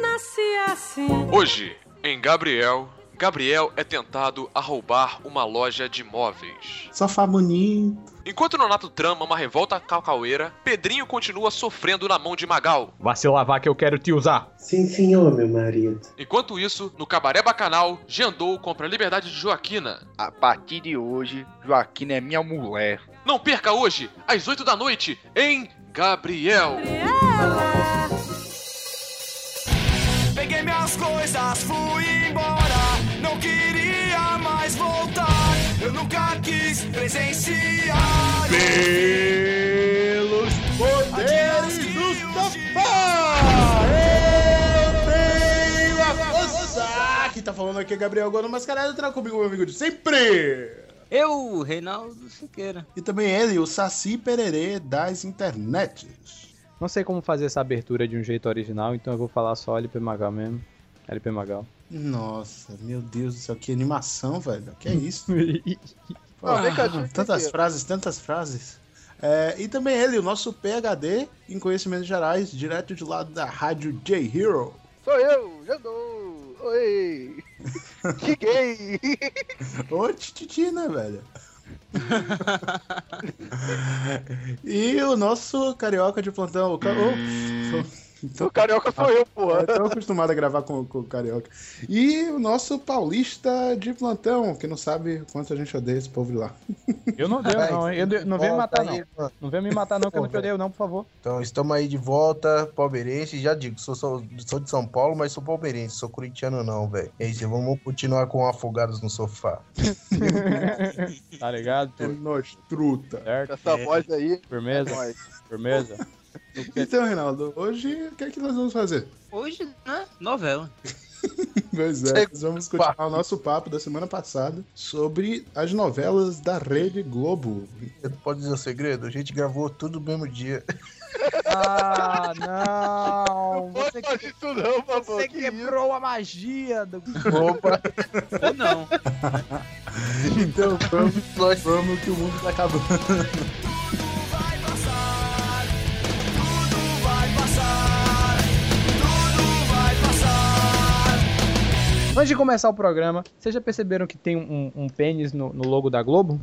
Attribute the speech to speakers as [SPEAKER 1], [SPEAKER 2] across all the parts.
[SPEAKER 1] nasce assim.
[SPEAKER 2] Hoje, em Gabriel, Gabriel é tentado a roubar uma loja de móveis.
[SPEAKER 3] Sofá bonito.
[SPEAKER 2] Enquanto Nonato trama uma revolta calcaueira, Pedrinho continua sofrendo na mão de Magal.
[SPEAKER 4] Vá se lavar que eu quero te usar.
[SPEAKER 5] Sim, senhor, meu marido.
[SPEAKER 2] Enquanto isso, no cabaré bacanal, Jandou compra a liberdade de Joaquina.
[SPEAKER 6] A partir de hoje, Joaquina é minha mulher.
[SPEAKER 2] Não perca hoje, às 8 da noite, em Gabriel.
[SPEAKER 1] Ela
[SPEAKER 7] Peguei minhas coisas, fui embora. Não queria mais voltar. Eu nunca quis presenciar.
[SPEAKER 8] Pelos poderes do sofá! Eu tenho a força! Ah, Quem tá falando aqui é Gabriel Gono Mascarado,
[SPEAKER 3] tá
[SPEAKER 8] traga comigo, meu amigo de sempre!
[SPEAKER 9] Eu, Reinaldo Siqueira.
[SPEAKER 3] E também ele, o Saci Pererê das internets.
[SPEAKER 4] Não sei como fazer essa abertura de um jeito original, então eu vou falar só LP Magal mesmo. LP Magal.
[SPEAKER 3] Nossa, meu Deus do céu, que animação, velho. Que é isso? Pô,
[SPEAKER 6] Ah, vem cá, gente,
[SPEAKER 3] tantas
[SPEAKER 6] vem cá.
[SPEAKER 3] frases, tantas frases. É, e também ele, o nosso PHD em conhecimentos gerais, direto de lado da rádio J Hero.
[SPEAKER 6] Sou eu, Jandou. Oi. Cheguei.
[SPEAKER 3] Ô, tititi, né, velho? e o nosso carioca de plantão. O ca... oh, tô-
[SPEAKER 6] O carioca sou eu, porra.
[SPEAKER 3] Eu tô acostumado a gravar com, com o carioca. E o nosso paulista de plantão, que não sabe quanto a gente odeia esse povo de lá.
[SPEAKER 4] Eu não devo, não, hein? Eu de- não vem me matar,
[SPEAKER 8] Volta
[SPEAKER 4] não.
[SPEAKER 8] aí, mano.
[SPEAKER 4] Não vem me matar, não, que eu não te
[SPEAKER 8] Eu
[SPEAKER 4] odeio, não, por favor.
[SPEAKER 8] Então, estamos aí de volta, palmeirense. Já digo, sou, sou, sou de São Paulo, mas sou palmeirense, sou corintiano não, velho. É isso, vamos continuar com afogados no sofá.
[SPEAKER 4] Tá ligado?
[SPEAKER 3] É nós, truta.
[SPEAKER 4] Certo?
[SPEAKER 6] Essa
[SPEAKER 9] É.
[SPEAKER 6] voz aí.
[SPEAKER 4] Firmeza?
[SPEAKER 6] Nós.
[SPEAKER 4] Firmeza?
[SPEAKER 3] Então, Reinaldo, hoje o que é que nós vamos fazer?
[SPEAKER 9] Hoje, né? Novela.
[SPEAKER 3] Pois é, nós vamos continuar o nosso papo da semana passada sobre as novelas da Rede Globo.
[SPEAKER 8] Você pode dizer o segredo? A gente gravou tudo no mesmo dia.
[SPEAKER 4] Ah, não!
[SPEAKER 6] Pode fazer isso não, babu.
[SPEAKER 4] Você quebrou a magia do.
[SPEAKER 8] Opa,
[SPEAKER 9] Ou não.
[SPEAKER 3] Então, vamos,
[SPEAKER 8] nós
[SPEAKER 3] vamos que o mundo tá acabando.
[SPEAKER 7] Tudo vai passar. Tudo vai passar. Tudo vai passar.
[SPEAKER 4] Antes de começar o programa, vocês já perceberam que tem um, um pênis no, no logo da Globo?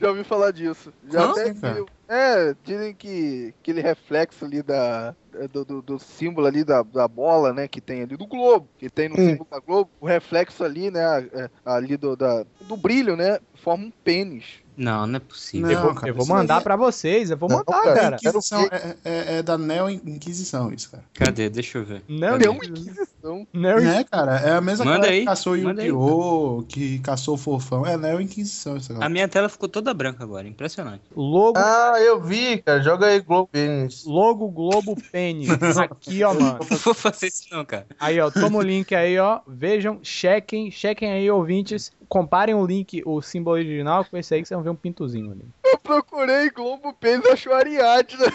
[SPEAKER 6] Já ouvi falar disso. Já
[SPEAKER 3] Como
[SPEAKER 6] até
[SPEAKER 3] assim, cara?
[SPEAKER 6] viu. É, dizem que aquele reflexo ali da, é, do, do- do símbolo ali da, da bola, né, que tem ali do Globo, que tem no símbolo da Globo, o reflexo ali, né, é, ali do, da- do brilho, né, forma um pênis.
[SPEAKER 9] Não, não é possível.
[SPEAKER 3] Não,
[SPEAKER 4] eu vou,
[SPEAKER 3] cara,
[SPEAKER 4] eu vou
[SPEAKER 3] isso aí
[SPEAKER 4] mandar
[SPEAKER 3] é-
[SPEAKER 4] pra vocês, eu vou
[SPEAKER 8] Não,
[SPEAKER 4] mandar,
[SPEAKER 8] cara,
[SPEAKER 4] cara.
[SPEAKER 3] Inquisição, é, é- é da Neo Inquisição isso, cara.
[SPEAKER 9] Cadê? Deixa eu ver.
[SPEAKER 4] Não,
[SPEAKER 6] Deu
[SPEAKER 4] não,
[SPEAKER 6] uma inquisição.
[SPEAKER 4] não.
[SPEAKER 3] Né, cara? É a mesma
[SPEAKER 9] Manda
[SPEAKER 3] cara
[SPEAKER 9] aí,
[SPEAKER 3] que caçou
[SPEAKER 9] manda aí.
[SPEAKER 3] Yu-Gi-Oh!, que caçou o Fofão. É Neo Inquisição isso,
[SPEAKER 9] A
[SPEAKER 3] cara.
[SPEAKER 9] minha tela ficou toda branca agora, impressionante.
[SPEAKER 4] Logo,
[SPEAKER 8] Ah, eu vi, cara. Joga aí Globo Pênis.
[SPEAKER 4] logo Globo Pênis. Aqui, ó, mano.
[SPEAKER 9] Não vou fazer isso não, cara.
[SPEAKER 4] Aí, ó, toma o link aí, ó. Vejam, chequem, chequem aí, ouvintes. Comparem o link, o símbolo original com esse aí que vocês vão ver um pintozinho ali.
[SPEAKER 6] Eu procurei Globo pênis, achou Ariadna.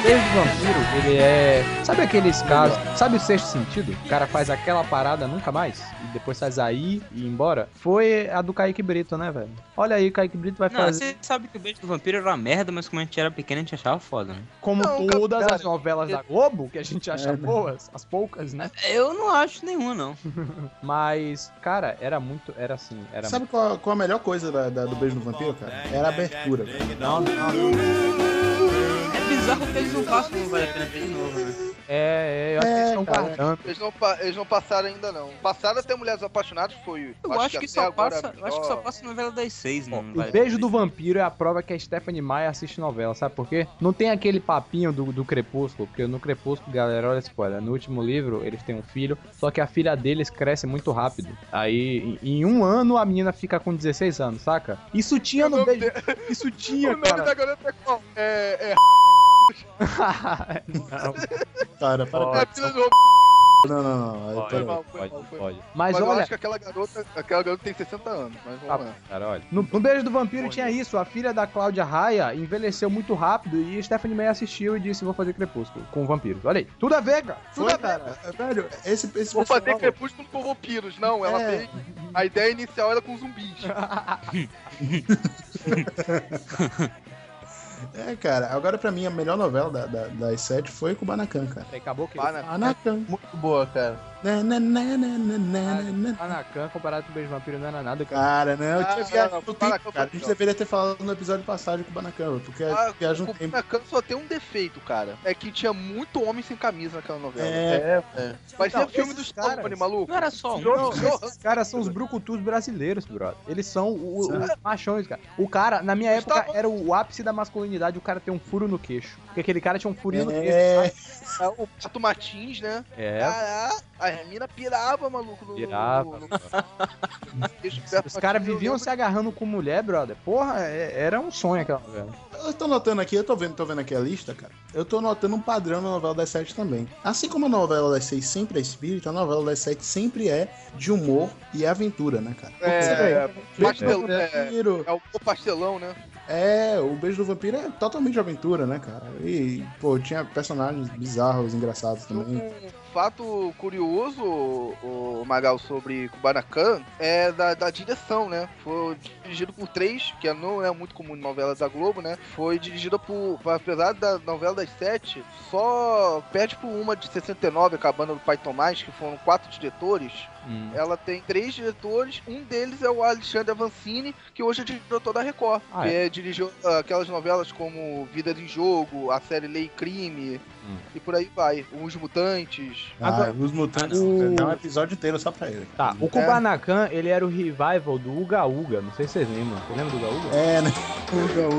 [SPEAKER 4] Beijo do vampiro, ele é. Sabe aqueles casos. Sabe o sexto sentido? O cara faz aquela parada nunca mais e depois faz aí e ir embora. Foi a do Kaique Brito, né, velho? Olha aí, o Kaique Brito vai
[SPEAKER 9] Não,
[SPEAKER 4] fazer.
[SPEAKER 9] você sabe que o beijo do vampiro era uma merda, mas como a gente era pequeno, a gente achava foda, né?
[SPEAKER 4] Como
[SPEAKER 6] Não,
[SPEAKER 4] todas
[SPEAKER 6] cara,
[SPEAKER 4] as novelas da Globo, que a gente acha boas, as poucas, né?
[SPEAKER 9] Eu não acho nenhuma, não.
[SPEAKER 4] Mas, cara, era muito. Era assim, era
[SPEAKER 3] Sabe qual, qual a melhor coisa da- da- do Beijo no Vampiro, cara? Era a abertura, velho.
[SPEAKER 9] É bizarro que eles não passam, não vale a pena ver de novo, né?
[SPEAKER 4] muito. É, é, eu acho que eles estão
[SPEAKER 3] cara.
[SPEAKER 4] guardando.
[SPEAKER 6] Eles não, pa- eles não passaram ainda não. Passaram até Mulheres Apaixonadas, foi...
[SPEAKER 9] Eu acho, que,
[SPEAKER 6] até
[SPEAKER 9] só
[SPEAKER 6] agora
[SPEAKER 9] passa,
[SPEAKER 6] a
[SPEAKER 9] eu acho que só
[SPEAKER 6] melhor.
[SPEAKER 9] passa novela das seis, né? Não vale
[SPEAKER 4] O
[SPEAKER 9] a
[SPEAKER 4] Beijo
[SPEAKER 9] pena
[SPEAKER 4] do
[SPEAKER 9] ver.
[SPEAKER 4] Vampiro é a prova que a Stephanie Maia assiste novela, sabe por quê? Não tem aquele papinho do, do Crepúsculo, porque no Crepúsculo, galera, olha a spoiler, no último livro eles têm um filho, só que a filha deles cresce muito rápido. Aí, em, em um ano, a menina fica com 16 anos, saca? Isso tinha no Beijo... Isso
[SPEAKER 6] O
[SPEAKER 4] tinha,
[SPEAKER 6] nome
[SPEAKER 4] cara.
[SPEAKER 6] da garota é qual? É... é...
[SPEAKER 4] Não.
[SPEAKER 3] Cara, para
[SPEAKER 6] é a filha do
[SPEAKER 3] Não, não, não. Aí
[SPEAKER 4] Foi
[SPEAKER 6] Foi
[SPEAKER 3] tá-
[SPEAKER 6] mal,
[SPEAKER 4] mal,
[SPEAKER 6] foi mal, foi mal.
[SPEAKER 4] pode. Mas,
[SPEAKER 6] Mas Ah, eu
[SPEAKER 4] olha,
[SPEAKER 6] acho que aquela garota, aquela garota tem 60 anos, mas vamos lá.
[SPEAKER 4] Cara, olha. No, no Beijo do Vampiro tinha isso. A filha da Cláudia Raia envelheceu muito rápido e Stephanie Meyer assistiu e disse: Vou fazer Crepúsculo com vampiros. Olha aí. Tudo a ver, cara. Tudo
[SPEAKER 3] Foi,
[SPEAKER 4] a ver.
[SPEAKER 3] cara. é, Velho, esse, esse
[SPEAKER 6] Vou fazer
[SPEAKER 3] pessoal-
[SPEAKER 6] crepúsculo com vampiros. Não, ela
[SPEAKER 3] É.
[SPEAKER 6] fez. A ideia inicial era com zumbis.
[SPEAKER 3] É, cara. Agora, pra mim, a melhor novela da- da- das sete foi Kubanacan, cara. né,
[SPEAKER 4] Peraí, acabou que.
[SPEAKER 6] Lá na-
[SPEAKER 3] Kubanacan.
[SPEAKER 8] Muito boa, cara.
[SPEAKER 3] Na, na, na, na, na, na, na.
[SPEAKER 4] Anacan comparado com o Beijo do Vampiro não era nada,
[SPEAKER 3] né, Cara,
[SPEAKER 4] cara.
[SPEAKER 3] não, eu
[SPEAKER 6] Ah,
[SPEAKER 3] tinha viagem
[SPEAKER 6] não,
[SPEAKER 3] no tempo,
[SPEAKER 6] Kubanacan foi
[SPEAKER 3] cara. A gente
[SPEAKER 6] legal.
[SPEAKER 3] deveria ter falado no episódio passado de Kubanacan, porque a
[SPEAKER 6] Ah,
[SPEAKER 3] viagem no
[SPEAKER 6] o
[SPEAKER 3] tempo.
[SPEAKER 6] Kubanacan só tem um defeito, cara. É que tinha muito homem sem camisa naquela novela.
[SPEAKER 3] É,
[SPEAKER 6] Mas
[SPEAKER 4] Então,
[SPEAKER 6] é filme
[SPEAKER 4] esses
[SPEAKER 6] dos
[SPEAKER 4] caras-
[SPEAKER 6] Company, maluco.
[SPEAKER 9] Não era só um.
[SPEAKER 6] Joe- Joe-
[SPEAKER 4] Esses caras são os brucutus brasileiros, brother. Eles são o- o-
[SPEAKER 3] Sim.
[SPEAKER 4] os machões, cara. O cara, na minha época,
[SPEAKER 6] Gustavo-
[SPEAKER 4] era o ápice da masculinidade o cara ter um furo no queixo. Porque aquele cara tinha um furinho no
[SPEAKER 3] É.
[SPEAKER 4] queixo.
[SPEAKER 6] Ah, o Pato Martins, né?
[SPEAKER 4] sabe? É.
[SPEAKER 6] Caraca, a mina pirava, maluco. No,
[SPEAKER 4] Pirava,
[SPEAKER 6] no- no- Deixa o Beto
[SPEAKER 4] Os
[SPEAKER 6] Martins,
[SPEAKER 4] caras
[SPEAKER 6] eu
[SPEAKER 4] viviam
[SPEAKER 6] lembro-
[SPEAKER 4] se agarrando com mulher, brother. Porra, é- era um sonho aquela novela.
[SPEAKER 3] Eu tô notando aqui, eu tô vendo, tô vendo aqui a lista, cara. Eu tô notando um padrão na novela das sete também. Assim como a novela das seis sempre é espírita, a novela das sete sempre é de humor e aventura, né, cara?
[SPEAKER 6] É,
[SPEAKER 3] Beijo do
[SPEAKER 6] pastelão, é,
[SPEAKER 3] Vampiro.
[SPEAKER 6] é o pastelão, né?
[SPEAKER 3] É, o Beijo do Vampiro é totalmente de aventura, né, cara? E, pô, tinha personagens bizarros, engraçados também.
[SPEAKER 6] Um fato curioso, o Magal, sobre Kubanacan, é da, da direção, né? Foi dirigido por três, que não é muito comum em novelas da Globo, né? Foi dirigida por, apesar da novela das sete, só perde por uma de 69, acabando do Pai Tomás, que foram quatro diretores. Ela tem três diretores, um deles é o Alexandre Avancini, que hoje é diretor da Record.
[SPEAKER 4] Ah,
[SPEAKER 6] que é, dirigiu ah, aquelas novelas como Vida em Jogo, a série Lei e Crime,
[SPEAKER 4] Hum.
[SPEAKER 6] e por aí vai. Os Mutantes.
[SPEAKER 4] Agora-
[SPEAKER 3] Ah, os mutantes.
[SPEAKER 4] Ah, não.
[SPEAKER 3] Dá um episódio inteiro só pra ele.
[SPEAKER 4] Tá, o Kubanacan, ele era o revival do Uga Uga. Não sei se vocês lembram. Você lembra do Uga Uga?
[SPEAKER 3] É, né?
[SPEAKER 6] Não, não, não, eu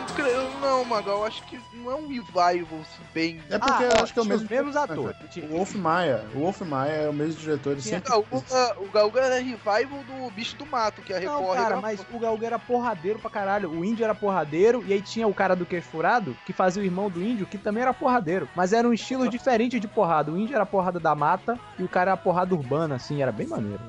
[SPEAKER 6] não, creio- eu não, Magal, eu acho que não é um revival se bem.
[SPEAKER 3] É porque eu acho que é o
[SPEAKER 4] tinha
[SPEAKER 3] mesmo.
[SPEAKER 4] Ah,
[SPEAKER 3] né?
[SPEAKER 4] os mesmos atores.
[SPEAKER 3] O Wolf Maia. O Wolf Maia é o mesmo diretor de
[SPEAKER 6] assim, O
[SPEAKER 3] sempre.
[SPEAKER 6] Gaúga, o Gaúga era revival do Bicho do Mato, que a Record
[SPEAKER 4] Não, cara,
[SPEAKER 3] um
[SPEAKER 6] regravou.
[SPEAKER 4] mas o Uga Uga era porradeiro pra caralho. O índio era porradeiro e aí tinha o cara do queixo furado, que fazia o irmão do índio, que também era porradeiro. Mas era um estilo diferente de porrada. O índio era porrada da mata e o cara era porrada urbana, assim. Era bem maneiro.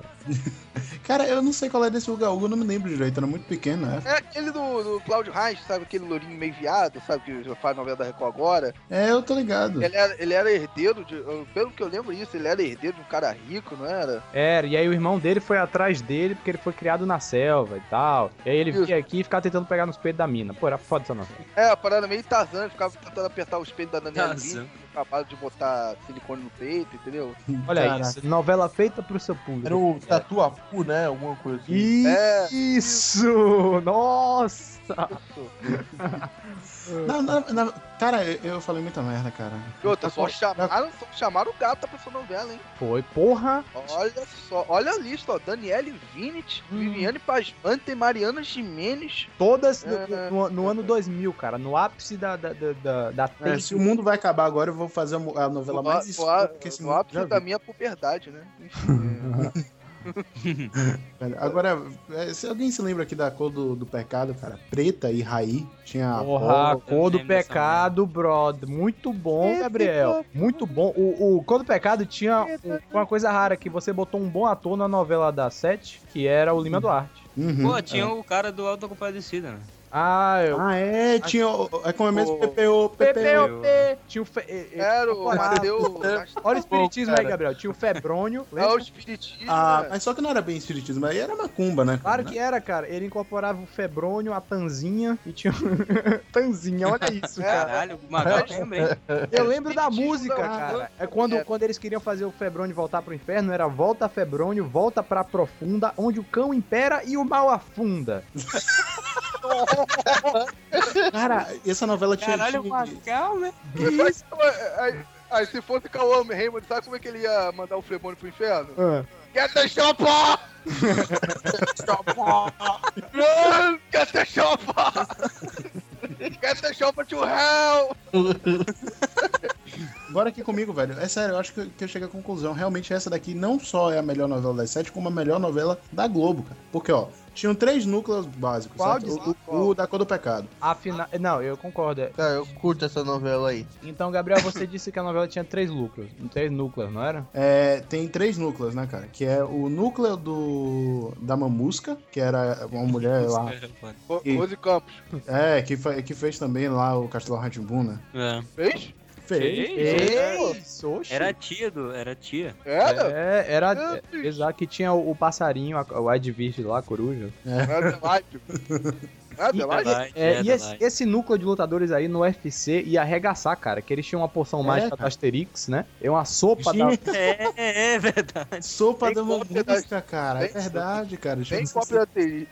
[SPEAKER 3] Cara, eu não sei qual é desse Uga Uga, eu não me lembro direito. Era muito pequeno, né?
[SPEAKER 6] É aquele do, do Cláudio Reis, sabe? Aquele lourinho meio viado, sabe? Que já faz novela da Record agora.
[SPEAKER 3] É, eu tô ligado.
[SPEAKER 6] Ele era, ele era herdeiro de. eu- Pelo que eu lembro isso, ele era herdeiro de um cara rico, não era?
[SPEAKER 4] Era, e aí o irmão dele foi atrás dele porque ele foi criado na selva e tal. E aí ele
[SPEAKER 6] Isso.
[SPEAKER 4] vinha aqui e ficava tentando pegar nos peitos da mina. Pô, era foda essa novela.
[SPEAKER 6] É, a parada meio Tarzan, ele ficava tentando apertar os peitos da Daniela
[SPEAKER 9] Tarzan.
[SPEAKER 6] Vinci, acabado de botar silicone no peito, entendeu?
[SPEAKER 4] Olha
[SPEAKER 3] Caraca.
[SPEAKER 4] isso, novela feita pro seu público.
[SPEAKER 8] Era o Tatuapu, né? Alguma coisa assim.
[SPEAKER 6] É.
[SPEAKER 4] Isso! Nossa!
[SPEAKER 3] Na- na- na- cara, eu, eu falei muita merda, cara.
[SPEAKER 6] E outra, só
[SPEAKER 3] Pô,
[SPEAKER 6] chamaram, só chamaram o gato pra essa novela, hein?
[SPEAKER 4] Foi, porra!
[SPEAKER 6] Olha só, olha a lista, ó. Daniele Vinit,
[SPEAKER 4] Hum.
[SPEAKER 6] Viviane Pasmante, Mariana Jimenez.
[SPEAKER 4] Todas
[SPEAKER 6] É.
[SPEAKER 4] no, no- no ano 2000, cara. No ápice da, da, da, da, da
[SPEAKER 3] É,
[SPEAKER 4] tensão.
[SPEAKER 3] se o mundo vai acabar agora, eu vou fazer a mo- a novela mais
[SPEAKER 6] o, a-
[SPEAKER 3] escura que esse
[SPEAKER 6] o
[SPEAKER 3] mundo já
[SPEAKER 6] ápice é da
[SPEAKER 3] viu.
[SPEAKER 6] minha puberdade, né? Enfim, é.
[SPEAKER 3] Velho, Agora, é, se alguém se lembra aqui da cor do, do pecado, cara, preta e raí, tinha a
[SPEAKER 4] Ah, Porra,
[SPEAKER 3] bola.
[SPEAKER 4] Cor do
[SPEAKER 9] lembro dessa
[SPEAKER 4] Pecado, brother. Muito bom,
[SPEAKER 6] Esse
[SPEAKER 4] Gabriel.
[SPEAKER 6] foi-
[SPEAKER 4] Muito bom. O, o Cor do Pecado tinha um- uma coisa rara, que você botou um bom ator na novela da Sete, que era o Lima Duarte.
[SPEAKER 3] Uhum.
[SPEAKER 9] Pô, tinha o cara do Alto Compadecida, né?
[SPEAKER 4] Ah, eu...
[SPEAKER 3] Ah, é, tinha o. É como é mesmo?
[SPEAKER 6] O-
[SPEAKER 3] PPO, PPO.
[SPEAKER 4] PPOP! Tinha o... Fe... eh, eh,
[SPEAKER 6] Era o
[SPEAKER 4] Porra.
[SPEAKER 6] Mateu.
[SPEAKER 4] Olha o espiritismo aí,
[SPEAKER 8] cara.
[SPEAKER 4] Gabriel. Tinha o Febrônio.
[SPEAKER 6] É o
[SPEAKER 4] lembra?
[SPEAKER 6] espiritismo.
[SPEAKER 3] Ah,
[SPEAKER 6] né?
[SPEAKER 3] mas só que não era bem espiritismo, aí era macumba, né? cara?
[SPEAKER 4] Claro que era, cara. Ele incorporava o Febrônio, a Tanzinha e tinha... um tanzinha, olha
[SPEAKER 9] É,
[SPEAKER 4] isso, cara.
[SPEAKER 9] Caralho, o Magal também.
[SPEAKER 4] Eu lembro da música,
[SPEAKER 6] Não,
[SPEAKER 4] cara. É quando,
[SPEAKER 6] É.
[SPEAKER 4] quando eles queriam fazer o Febrônio voltar pro inferno, era volta Febrônio, volta pra profunda, onde o cão impera e o mal afunda.
[SPEAKER 3] Cara, essa novela tinha.
[SPEAKER 9] Caralho, o Magal, né?
[SPEAKER 6] Mas, ué, aí- é, Aí se fosse Cauã Raymond, sabe como é que ele ia mandar o Fremone pro inferno?
[SPEAKER 4] Ah.
[SPEAKER 6] Quer ter chapa! Não, Quer ter chapa! Quer ter chapa to hell!
[SPEAKER 3] Bora aqui comigo, velho. É sério, eu acho que eu, que eu chego à conclusão. Realmente, essa daqui não só é a melhor novela das sete, como a melhor novela da Globo, cara. Porque, ó, tinham três núcleos básicos,
[SPEAKER 6] Qual
[SPEAKER 3] certo?
[SPEAKER 6] disso?
[SPEAKER 3] O- O, o da cor do pecado.
[SPEAKER 4] Afinal. Não, eu concordo.
[SPEAKER 8] Cara, eu curto essa novela aí.
[SPEAKER 4] Então, Gabriel, você disse que a novela tinha três lucros. Três núcleos, não era?
[SPEAKER 3] É, tem três núcleos, né, cara? Que é o núcleo do da Mamusca, que era uma mulher lá.
[SPEAKER 6] Ro-
[SPEAKER 3] E-
[SPEAKER 6] Rose Campos.
[SPEAKER 3] É, que, fa- que fez também lá o Castelo Ratimbun, né?
[SPEAKER 9] É.
[SPEAKER 6] Fez?
[SPEAKER 3] Fez.
[SPEAKER 4] oxi.
[SPEAKER 9] Era tia do. Era tia.
[SPEAKER 6] Era?
[SPEAKER 4] É, era.
[SPEAKER 6] Meu Deus.
[SPEAKER 4] Exato, que tinha o, o passarinho, a, o Advirte lá, a coruja.
[SPEAKER 6] Não é Adelaide. Não é Adelaide?
[SPEAKER 9] Adelaide,
[SPEAKER 4] É, e esse,
[SPEAKER 9] Adelaide.
[SPEAKER 4] esse núcleo de lutadores aí no UFC ia arregaçar, cara. Que eles tinham uma porção mágica
[SPEAKER 3] cara.
[SPEAKER 4] do Asterix, né? É uma sopa da.
[SPEAKER 3] Tinha
[SPEAKER 9] É, é, é verdade.
[SPEAKER 3] sopa
[SPEAKER 6] Tem
[SPEAKER 3] da
[SPEAKER 6] cópia né?
[SPEAKER 3] Mamusca, cara. É
[SPEAKER 6] Tem-
[SPEAKER 3] verdade, cara.
[SPEAKER 6] Nem cópia da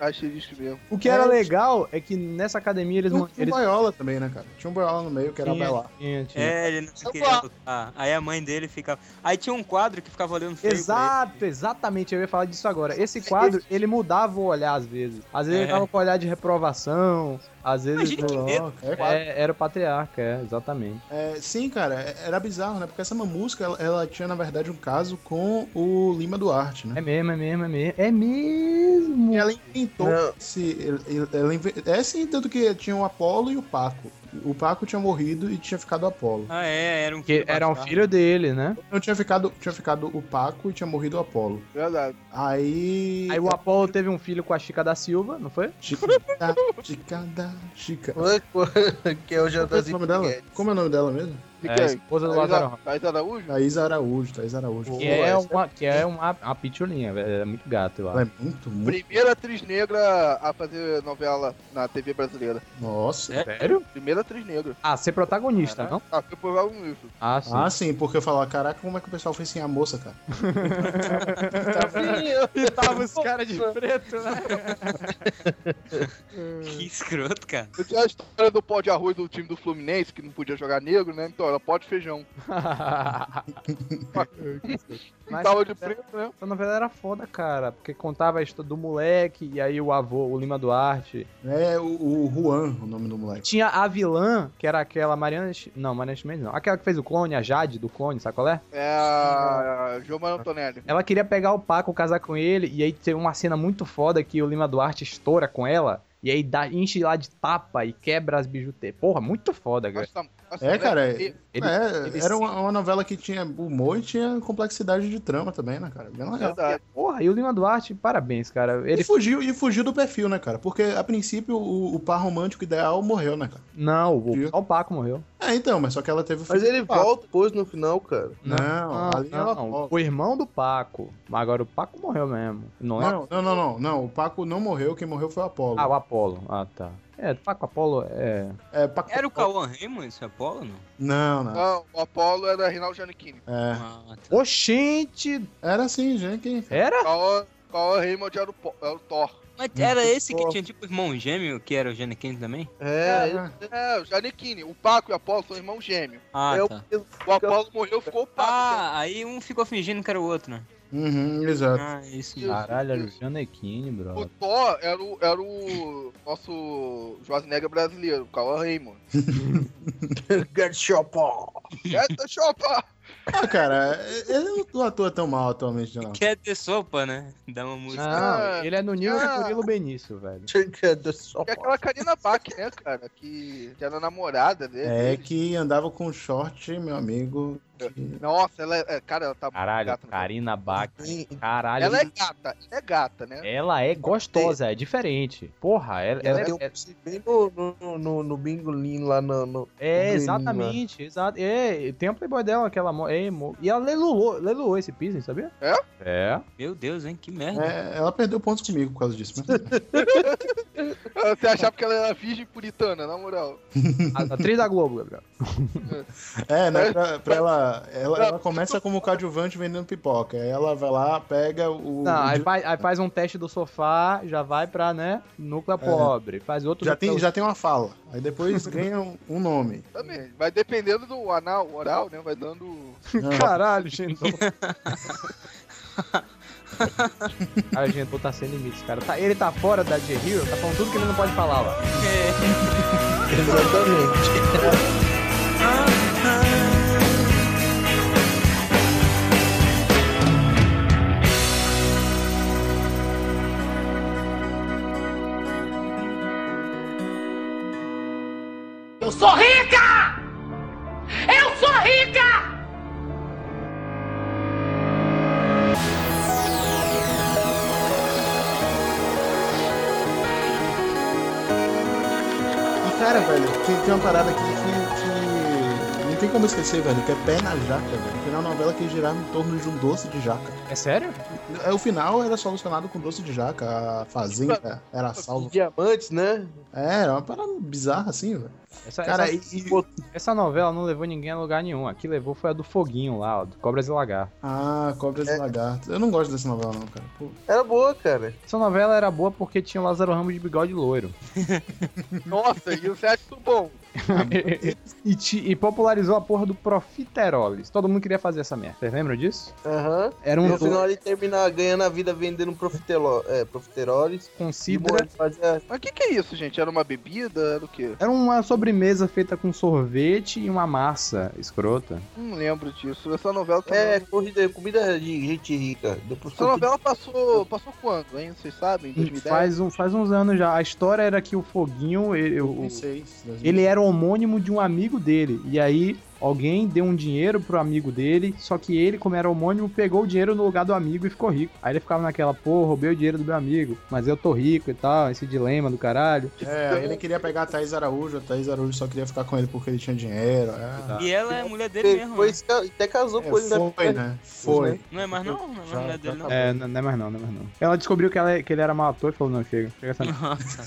[SPEAKER 6] asterisco mesmo.
[SPEAKER 4] O que era
[SPEAKER 3] É,
[SPEAKER 4] legal é que nessa academia eles.
[SPEAKER 3] Tinha
[SPEAKER 4] man-
[SPEAKER 3] um
[SPEAKER 4] eles
[SPEAKER 3] boiola também, né, cara? Tinha um boiola no meio que era
[SPEAKER 4] tinha-
[SPEAKER 3] Belá.
[SPEAKER 4] tinha- tinha.
[SPEAKER 9] É, ele não queria lutar. Aí a mãe dele ficava. Aí tinha um quadro que ficava olhando feio. pra
[SPEAKER 4] Exato, exatamente, eu ia falar disso agora. Esse quadro, ele mudava o olhar às vezes. Às vezes ele
[SPEAKER 9] É.
[SPEAKER 4] tava com olhar de reprovação, às vezes
[SPEAKER 9] Imagina que medo.
[SPEAKER 3] É,
[SPEAKER 4] É, era o patriarca, é, exatamente.
[SPEAKER 3] É, sim, cara, é- era bizarro, né? Porque essa mamusca, ela, ela tinha, na verdade, um caso com o Lima Duarte, né?
[SPEAKER 4] É mesmo, é mesmo, é mesmo. É mesmo.
[SPEAKER 3] E ela inventou
[SPEAKER 8] Não.
[SPEAKER 3] esse. ele- ele- Ela inve- É sim, tanto que tinha o Apolo e o Paco. O Paco tinha morrido e tinha ficado o Apolo.
[SPEAKER 9] ele. Ah, é, era um
[SPEAKER 4] Que era um
[SPEAKER 9] bastardo.
[SPEAKER 4] filho dele, né?
[SPEAKER 3] Não tinha ficado, tinha ficado o Paco e tinha morrido o Apolo.
[SPEAKER 6] Verdade.
[SPEAKER 3] Aí.
[SPEAKER 4] Aí o Apolo teve um filho com a Chica da Silva, não foi?
[SPEAKER 3] Chicada, chicada, chica.
[SPEAKER 8] que é o
[SPEAKER 3] Como é o nome dela?
[SPEAKER 8] Jadazinho.
[SPEAKER 3] Como é o nome dela mesmo?
[SPEAKER 6] De
[SPEAKER 4] É, a
[SPEAKER 6] quem?
[SPEAKER 4] esposa do
[SPEAKER 6] Thaís
[SPEAKER 4] Lázaro
[SPEAKER 6] A-
[SPEAKER 4] Ramos.
[SPEAKER 6] Thaís Araújo?
[SPEAKER 3] Thaís Araújo, Thaís Araújo.
[SPEAKER 4] Que é
[SPEAKER 3] Pô,
[SPEAKER 4] uma, que é uma, uma pitulinha, velho. Era muito gato, eu
[SPEAKER 3] Ela
[SPEAKER 4] acho.
[SPEAKER 3] é muito, muito.
[SPEAKER 6] Primeira atriz negra a fazer novela na TV brasileira.
[SPEAKER 3] Nossa.
[SPEAKER 4] Sério?
[SPEAKER 6] Primeira atriz negra.
[SPEAKER 4] Ah, ser protagonista, não?
[SPEAKER 6] Ah, foi por algum livro.
[SPEAKER 4] Ah, sim.
[SPEAKER 3] Ah, sim, porque eu falava, caraca, como é que o pessoal fez sem a moça, cara?
[SPEAKER 4] Pintava os caras de preto, né?
[SPEAKER 9] Que escroto, cara.
[SPEAKER 6] Eu tinha a história do pó de arroz do time do Fluminense, que não podia jogar negro, né? Então era pó de feijão.
[SPEAKER 4] Mas-
[SPEAKER 6] Tava de preto, né?
[SPEAKER 4] Essa novela era foda, cara, porque contava a história do moleque, e aí o avô, o Lima Duarte.
[SPEAKER 3] É o, o Juan, o nome do moleque.
[SPEAKER 4] Tinha a vilã, que era aquela Mariana... Ch- Não, Mariana Chimenez não. Aquela que fez o clone, a Jade do clone, sabe qual é?
[SPEAKER 6] É a
[SPEAKER 3] É.
[SPEAKER 6] Giovanna Antonelli.
[SPEAKER 4] Ela queria pegar o Paco, casar com ele, e aí teve uma cena muito foda que o Lima Duarte estoura com ela, e aí dá, enche lá de tapa e quebra as bijuterias. Porra, muito foda, cara.
[SPEAKER 6] Nossa, nossa, né?
[SPEAKER 3] É, cara,
[SPEAKER 6] ele-
[SPEAKER 4] Ele-
[SPEAKER 3] é,
[SPEAKER 4] ele
[SPEAKER 3] era uma, uma novela que tinha humor e tinha complexidade de trama também, né, cara? Bem legal.
[SPEAKER 6] Verdade.
[SPEAKER 4] Porra, e o Lima Duarte, parabéns, cara.
[SPEAKER 3] Ele
[SPEAKER 4] Ele...
[SPEAKER 3] fugiu, e fugiu do perfil, né, cara? Porque, a princípio, o, o par romântico ideal morreu, né, cara?
[SPEAKER 4] Não, o, só o Paco morreu.
[SPEAKER 3] É, então, mas só que ela teve o
[SPEAKER 8] Mas
[SPEAKER 3] filho
[SPEAKER 8] ele
[SPEAKER 3] do Paco.
[SPEAKER 8] volta depois no final, cara.
[SPEAKER 3] Não, ali ela volta.
[SPEAKER 4] O irmão do Paco. Mas agora o Paco morreu mesmo. Não é?
[SPEAKER 3] Não, não, não, não, não. O Paco não morreu, quem morreu foi o Apolo.
[SPEAKER 4] Ah, o Apolo. Ah, tá. É, Paco Apolo é.
[SPEAKER 3] É, Paco-
[SPEAKER 9] Era o Cauã Raymond, esse Apolo, não?
[SPEAKER 3] Não, não.
[SPEAKER 6] Não, o Apolo era Reinaldo Giannichini.
[SPEAKER 3] É,
[SPEAKER 9] Ah, tá.
[SPEAKER 4] Oxente!
[SPEAKER 3] era assim, gente. quem-
[SPEAKER 4] Era?
[SPEAKER 6] Cauã Raymond era o, Po- era o Thor.
[SPEAKER 9] Mas era esse que tinha tipo irmão gêmeo, que era o Johnny Kane também?
[SPEAKER 8] É, ele-
[SPEAKER 3] né?
[SPEAKER 6] É, o Giannichini. O Paco e o Apolo são irmãos gêmeos.
[SPEAKER 9] Ah,
[SPEAKER 8] é o
[SPEAKER 9] tá.
[SPEAKER 8] mesmo.
[SPEAKER 6] O Apolo morreu, ficou o Paco.
[SPEAKER 9] Ah, aí um ficou fingindo que era o outro, né?
[SPEAKER 3] Uhum, exato.
[SPEAKER 9] Ah, isso mesmo.
[SPEAKER 4] Caralho, era o Janequine,
[SPEAKER 6] O
[SPEAKER 4] bro.
[SPEAKER 6] Thor era o, era o nosso Schwarzenegger brasileiro, o Cauã Raymond.
[SPEAKER 8] Get Chopin.
[SPEAKER 6] Essa chopa!
[SPEAKER 3] Ah, cara, ele não atua tão mal atualmente, não.
[SPEAKER 9] Que é de sopa, né? Dá uma música.
[SPEAKER 4] Não, ele é no nível
[SPEAKER 6] Ah.
[SPEAKER 4] de Murilo Benício, velho.
[SPEAKER 8] Get the
[SPEAKER 6] E é aquela Karina Bach, né, cara? Que, que era namorada dele.
[SPEAKER 3] É que andava com short, meu amigo. que-
[SPEAKER 6] Nossa, ela é. Cara, ela tá muito
[SPEAKER 4] Caralho,
[SPEAKER 6] né?
[SPEAKER 4] Karina Bach.
[SPEAKER 8] Chopin.
[SPEAKER 4] Caralho.
[SPEAKER 6] Ela é gata, é gata, né?
[SPEAKER 4] Ela é gostosa, é diferente. Porra, ela, ela
[SPEAKER 8] Ela tem
[SPEAKER 4] é, é-
[SPEAKER 8] um bem no, no, no, no bingolim lá no, no-
[SPEAKER 4] é,
[SPEAKER 8] Bruninho,
[SPEAKER 4] exatamente, exato. É, tem a Playboy dela, aquela mo... é, mo- E ela leluou, leluou esse piercing, sabia?
[SPEAKER 6] É?
[SPEAKER 4] É.
[SPEAKER 9] Meu Deus, hein? Que merda.
[SPEAKER 3] É, ela perdeu pontos comigo por causa disso. mas-
[SPEAKER 6] Ah, Você achava que ela era virgem puritana, na moral.
[SPEAKER 4] A atriz da Globo, Gabriel.
[SPEAKER 3] É, né? Pra, pra ela, ela, ela começa como coadjuvante vendendo pipoca. Aí ela vai lá, pega o.
[SPEAKER 4] Não, aí
[SPEAKER 3] já,
[SPEAKER 4] faz, aí faz um teste do sofá, já vai pra, né, núcleo pobre. Faz outro
[SPEAKER 3] já
[SPEAKER 4] núcleo-
[SPEAKER 3] tem, já tem uma fala. Aí depois ganha um, um nome.
[SPEAKER 6] Também. Vai dependendo do anal, oral, né? Vai dando.
[SPEAKER 4] Ah.
[SPEAKER 3] Não,
[SPEAKER 4] Caralho, gente. Cara, gente, tá sem limites, cara. Tá- ele tá fora da J Hero, tá falando tudo que ele não pode falar lá.
[SPEAKER 8] Exatamente.
[SPEAKER 7] Exatamente.
[SPEAKER 10] Eu sou rica! Eu sou rica!
[SPEAKER 3] E cara, velho, tem, tem uma parada aqui que, que não tem como esquecer, velho, que é pé na jaca, velho. Que era uma novela que girava em torno de um doce de jaca.
[SPEAKER 4] É sério?
[SPEAKER 3] É, O final era solucionado com doce de jaca, a fazenda era salva.
[SPEAKER 8] Diamantes, né?
[SPEAKER 3] É, era uma parada bizarra assim, velho.
[SPEAKER 4] Essa,
[SPEAKER 3] Cara,
[SPEAKER 4] essa,
[SPEAKER 3] e. e-
[SPEAKER 4] essa novela não levou ninguém a lugar nenhum. A que levou foi a do Foguinho lá, ó, do Cobras e Lagar.
[SPEAKER 3] Ah, Cobras
[SPEAKER 6] É.
[SPEAKER 3] e Lagartos. Eu não gosto dessa novela, não, cara. Pô,
[SPEAKER 8] Era boa, cara.
[SPEAKER 4] Essa novela era boa porque tinha o Lázaro Ramos de bigode loiro.
[SPEAKER 6] Nossa, e você acha isso bom?
[SPEAKER 4] e, ti- e popularizou a porra do Profiteroles. Todo mundo queria fazer essa merda. Vocês lembram disso?
[SPEAKER 8] Aham.
[SPEAKER 4] Era
[SPEAKER 8] E
[SPEAKER 4] um
[SPEAKER 8] no final ele terminava ganhando a vida vendendo profiterol, é, profiteroles.
[SPEAKER 4] com
[SPEAKER 8] E
[SPEAKER 4] cidra.
[SPEAKER 8] fazia...
[SPEAKER 6] Mas o que, que é isso, gente? Era uma bebida? Era o quê?
[SPEAKER 4] Era uma sobremesa feita com sorvete e uma massa escrota.
[SPEAKER 6] Não lembro disso. Essa novela também.
[SPEAKER 8] É, corrida, comida de gente rica. Depois
[SPEAKER 6] Essa novela passou, passou quando, hein? Vocês sabem?
[SPEAKER 4] E
[SPEAKER 6] 2010?
[SPEAKER 4] Faz, um, faz uns anos já. A história era que o Foguinho, ele, o-
[SPEAKER 3] não sei. se-
[SPEAKER 4] ele era homônimo de um amigo dele. E aí alguém deu um dinheiro pro amigo dele, só que ele, como era homônimo, pegou o dinheiro no lugar do amigo e ficou rico. Aí ele ficava naquela, pô, roubei o dinheiro do meu amigo, mas eu tô rico e tal, esse dilema do caralho.
[SPEAKER 3] É, ele queria pegar a Thaís Araújo, a Thaís Araújo só queria ficar com ele porque ele tinha dinheiro. É,
[SPEAKER 4] Exato.
[SPEAKER 9] E ela é mulher dele mesmo, né?
[SPEAKER 8] Depois ca- até casou
[SPEAKER 3] É,
[SPEAKER 8] com ele. né?
[SPEAKER 3] foi, né? Foi.
[SPEAKER 9] Não é mais não? Não é mais
[SPEAKER 3] Já-
[SPEAKER 9] mulher
[SPEAKER 3] já
[SPEAKER 9] dele não.
[SPEAKER 4] É, não, não é mais não, não é mais não. Ela descobriu que, ela é- que ele era mau ator e falou, não, chega, chega essa merda.
[SPEAKER 9] Nossa.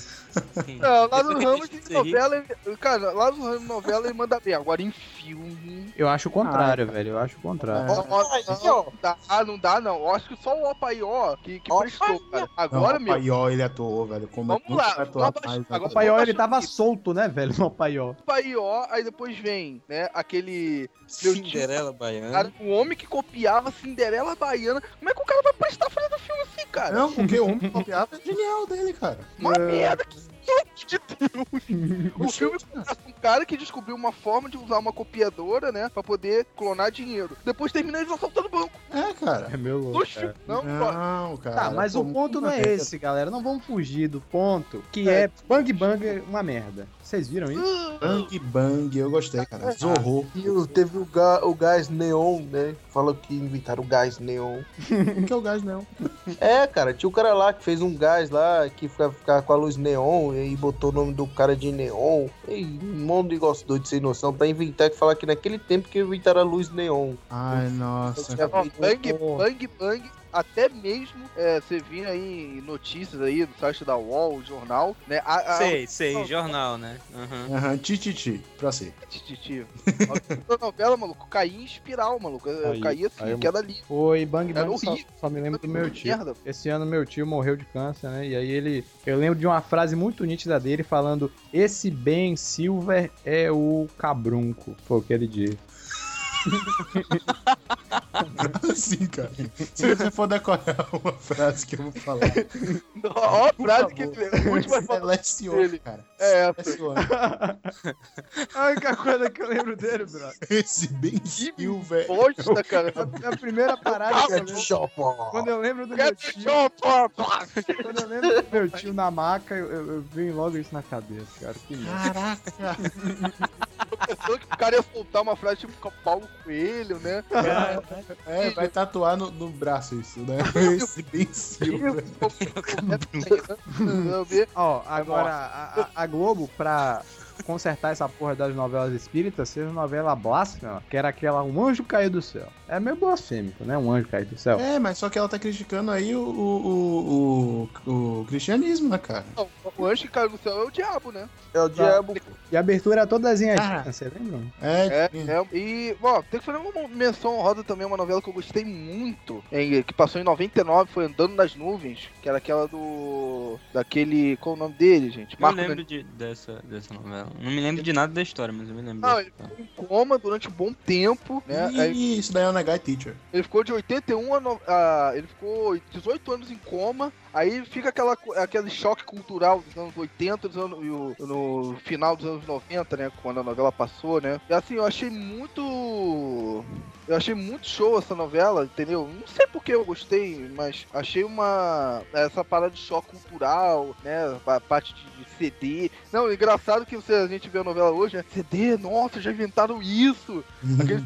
[SPEAKER 9] Sim.
[SPEAKER 6] Não, Lázaro
[SPEAKER 9] Depois que
[SPEAKER 6] Ramos
[SPEAKER 9] a gente
[SPEAKER 6] de
[SPEAKER 9] se ri-
[SPEAKER 6] novela, ele- cara, Lázaro Ramos de novela ele manda bem. Agora em filme.
[SPEAKER 4] Eu acho o contrário, velho, eu acho o contrário.
[SPEAKER 6] Ó, Ah, ó, não, dá, ah, não dá não. Eu acho que só o Opaí, ó, que, que
[SPEAKER 8] Ó,
[SPEAKER 6] prestou, cara.
[SPEAKER 3] Não,
[SPEAKER 6] Agora,
[SPEAKER 3] o
[SPEAKER 6] meu,
[SPEAKER 3] Paió, ele atuou, velho. Como
[SPEAKER 6] Vamos
[SPEAKER 3] é que
[SPEAKER 6] lá,
[SPEAKER 3] vai atuar
[SPEAKER 6] vamos abaixar.
[SPEAKER 3] atrás, né?
[SPEAKER 4] O
[SPEAKER 6] Agora-
[SPEAKER 4] paiol, ele tava solto, né, velho, no paiol.
[SPEAKER 6] Opaí, ó, aí depois vem, né, aquele
[SPEAKER 9] Cinderela né? baiana.
[SPEAKER 6] cara, um homem que copiava Cinderela Baiana. Como é que o cara vai prestar fazendo filme assim, cara?
[SPEAKER 3] Não, porque o homem copiava é genial dele, cara.
[SPEAKER 8] É.
[SPEAKER 6] Uma merda, que sorte de Deus. o filme
[SPEAKER 8] é
[SPEAKER 3] Cara,
[SPEAKER 6] começa com um cara que descobriu uma forma de usar uma copiadora, né, pra poder clonar dinheiro. Depois termina eles assaltando banco.
[SPEAKER 3] É, cara.
[SPEAKER 4] É meu louco,
[SPEAKER 6] Nos
[SPEAKER 4] cara.
[SPEAKER 6] filmes, não,
[SPEAKER 8] Ah,
[SPEAKER 6] brother.
[SPEAKER 3] Não, cara.
[SPEAKER 4] Tá, mas
[SPEAKER 3] pô,
[SPEAKER 4] o ponto não é
[SPEAKER 3] merda.
[SPEAKER 4] esse, galera. Não vamos fugir do ponto que é, Bang Bang é uma merda. Vocês viram isso?
[SPEAKER 3] Bang Bang, eu gostei, cara. Zorro.
[SPEAKER 8] E o- teve o, ga- o gás neon, né? Falou que inventaram o gás neon.
[SPEAKER 3] O que é o gás, não?
[SPEAKER 8] É, cara, tinha o cara lá que fez um gás lá que ficava, ficava com a luz neon e aí botou o nome do cara de neon. E um monte de negócio doido sem noção pra inventar que falar que naquele tempo que inventaram a luz neon.
[SPEAKER 3] Ai, nossa.
[SPEAKER 8] Tinha
[SPEAKER 6] Ó,
[SPEAKER 8] feito um-
[SPEAKER 6] bang, bang, bang. Até mesmo é, você vinha aí em notícias aí do site da UOL, jornal, né? A, a,
[SPEAKER 9] Sei, sei,
[SPEAKER 6] não.
[SPEAKER 9] jornal, né? Aham.
[SPEAKER 3] Aham, tititi, pra si.
[SPEAKER 6] Tititi. A novela, maluco, eu caí em espiral, maluco. Eu
[SPEAKER 4] Aí,
[SPEAKER 6] caí assim,
[SPEAKER 4] aí,
[SPEAKER 6] queda livre.
[SPEAKER 4] Foi Bang
[SPEAKER 6] Era
[SPEAKER 4] Bang, só,
[SPEAKER 6] horrível.
[SPEAKER 4] só me lembro do meu tio.
[SPEAKER 6] Merda.
[SPEAKER 4] Esse ano meu tio morreu de câncer, né? E aí ele. Eu lembro de uma frase muito nítida dele falando: Esse Ben Silver é o cabrunco. Foi o que ele disse.
[SPEAKER 3] Assim, cara. Se você for decorar uma frase que eu vou falar,
[SPEAKER 6] Ó, a frase
[SPEAKER 3] favor.
[SPEAKER 6] que ele a última frase
[SPEAKER 3] selecione,
[SPEAKER 6] dele.
[SPEAKER 3] cara.
[SPEAKER 6] É,
[SPEAKER 3] Selecione.
[SPEAKER 4] A única coisa que eu lembro dele, bro. é
[SPEAKER 3] Esse Ben Silver.
[SPEAKER 6] bosta, cara.
[SPEAKER 4] A primeira parada
[SPEAKER 3] É
[SPEAKER 4] que eu lembro.
[SPEAKER 8] Chopa.
[SPEAKER 4] Quando eu lembro do meu
[SPEAKER 6] Quero
[SPEAKER 4] tio,
[SPEAKER 6] chopa.
[SPEAKER 4] quando eu lembro do meu tio na maca, eu, eu, eu vim logo isso na cabeça, cara. Que merda.
[SPEAKER 3] Caraca.
[SPEAKER 6] Pensou que o cara ia soltar uma frase tipo com o Paulo Coelho, né?
[SPEAKER 3] É, vai tatuar no, no braço isso, né? Esse Ben Silver.
[SPEAKER 6] Eu vi.
[SPEAKER 4] Ó, agora a, a- a Globo, pra consertar essa porra das novelas espíritas, seja uma novela blasfema, que era aquela Um Anjo Caiu do Céu. É meio blasfêmico, né? Um anjo caiu do céu.
[SPEAKER 3] É, mas só que ela tá criticando aí o, o, o, o- o cristianismo, né, cara?
[SPEAKER 6] Não, o anjo que caiu do céu é o diabo, né?
[SPEAKER 8] É o diabo.
[SPEAKER 4] E a abertura era todazinha
[SPEAKER 3] Ah.
[SPEAKER 4] você lembra?
[SPEAKER 3] É,
[SPEAKER 6] É, é. E, ó, tem que fazer uma menção honrosa também, uma novela que eu gostei muito, em- que passou em 99, foi Andando nas Nuvens, que era aquela do... daquele... qual o nome dele, gente?
[SPEAKER 9] Eu
[SPEAKER 6] Marco
[SPEAKER 9] lembro de, dessa, dessa novela. Não me lembro de nada da história, mas eu me lembro.
[SPEAKER 6] Não,
[SPEAKER 9] dessa
[SPEAKER 6] ele
[SPEAKER 9] história.
[SPEAKER 6] ficou em coma durante um bom tempo, né? Aí
[SPEAKER 3] Ih, isso daí é o Negai Teacher.
[SPEAKER 6] ele ficou de 81 a, no- a- Ele ficou 18 anos em coma. Aí fica aquela, co- aquele choque cultural dos anos 80 dos anos, e o- no final dos anos 90, né? Quando a novela passou, né? E assim, eu achei muito Eu achei muito show essa novela, entendeu? Não sei por que eu gostei, mas achei uma. Essa parada de choque cultural, né? A parte de CD. Não, é engraçado que você, a gente vê a novela hoje, né? CD, nossa, já inventaram isso. Aquele,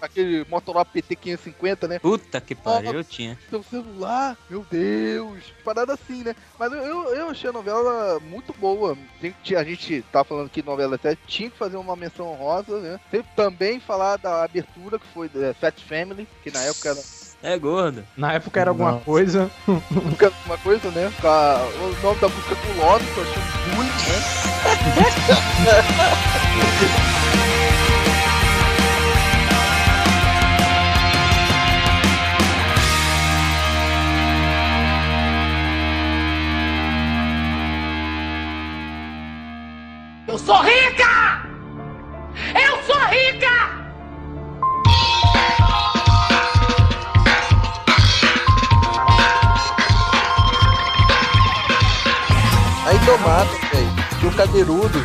[SPEAKER 6] aquele Motorola PT550, né?
[SPEAKER 9] Puta que pariu, eu tinha.
[SPEAKER 6] Seu celular, meu Deus. Parada assim, né? Mas eu, eu, eu achei a novela muito boa. Tem que- A gente tá falando que novela até tinha que fazer uma menção honrosa, né? Tem que também falar da abertura que foi é, Fat Family, que na época era
[SPEAKER 9] É gordo.
[SPEAKER 4] Na época era alguma
[SPEAKER 3] Não.
[SPEAKER 4] coisa.
[SPEAKER 6] música- uma um coisa, né? Com a- o nome da música com Love, que eu achei muito, né?
[SPEAKER 10] Eu sou rica! Eu sou rica!
[SPEAKER 8] Aí tomata, velho. Do cadeirudo.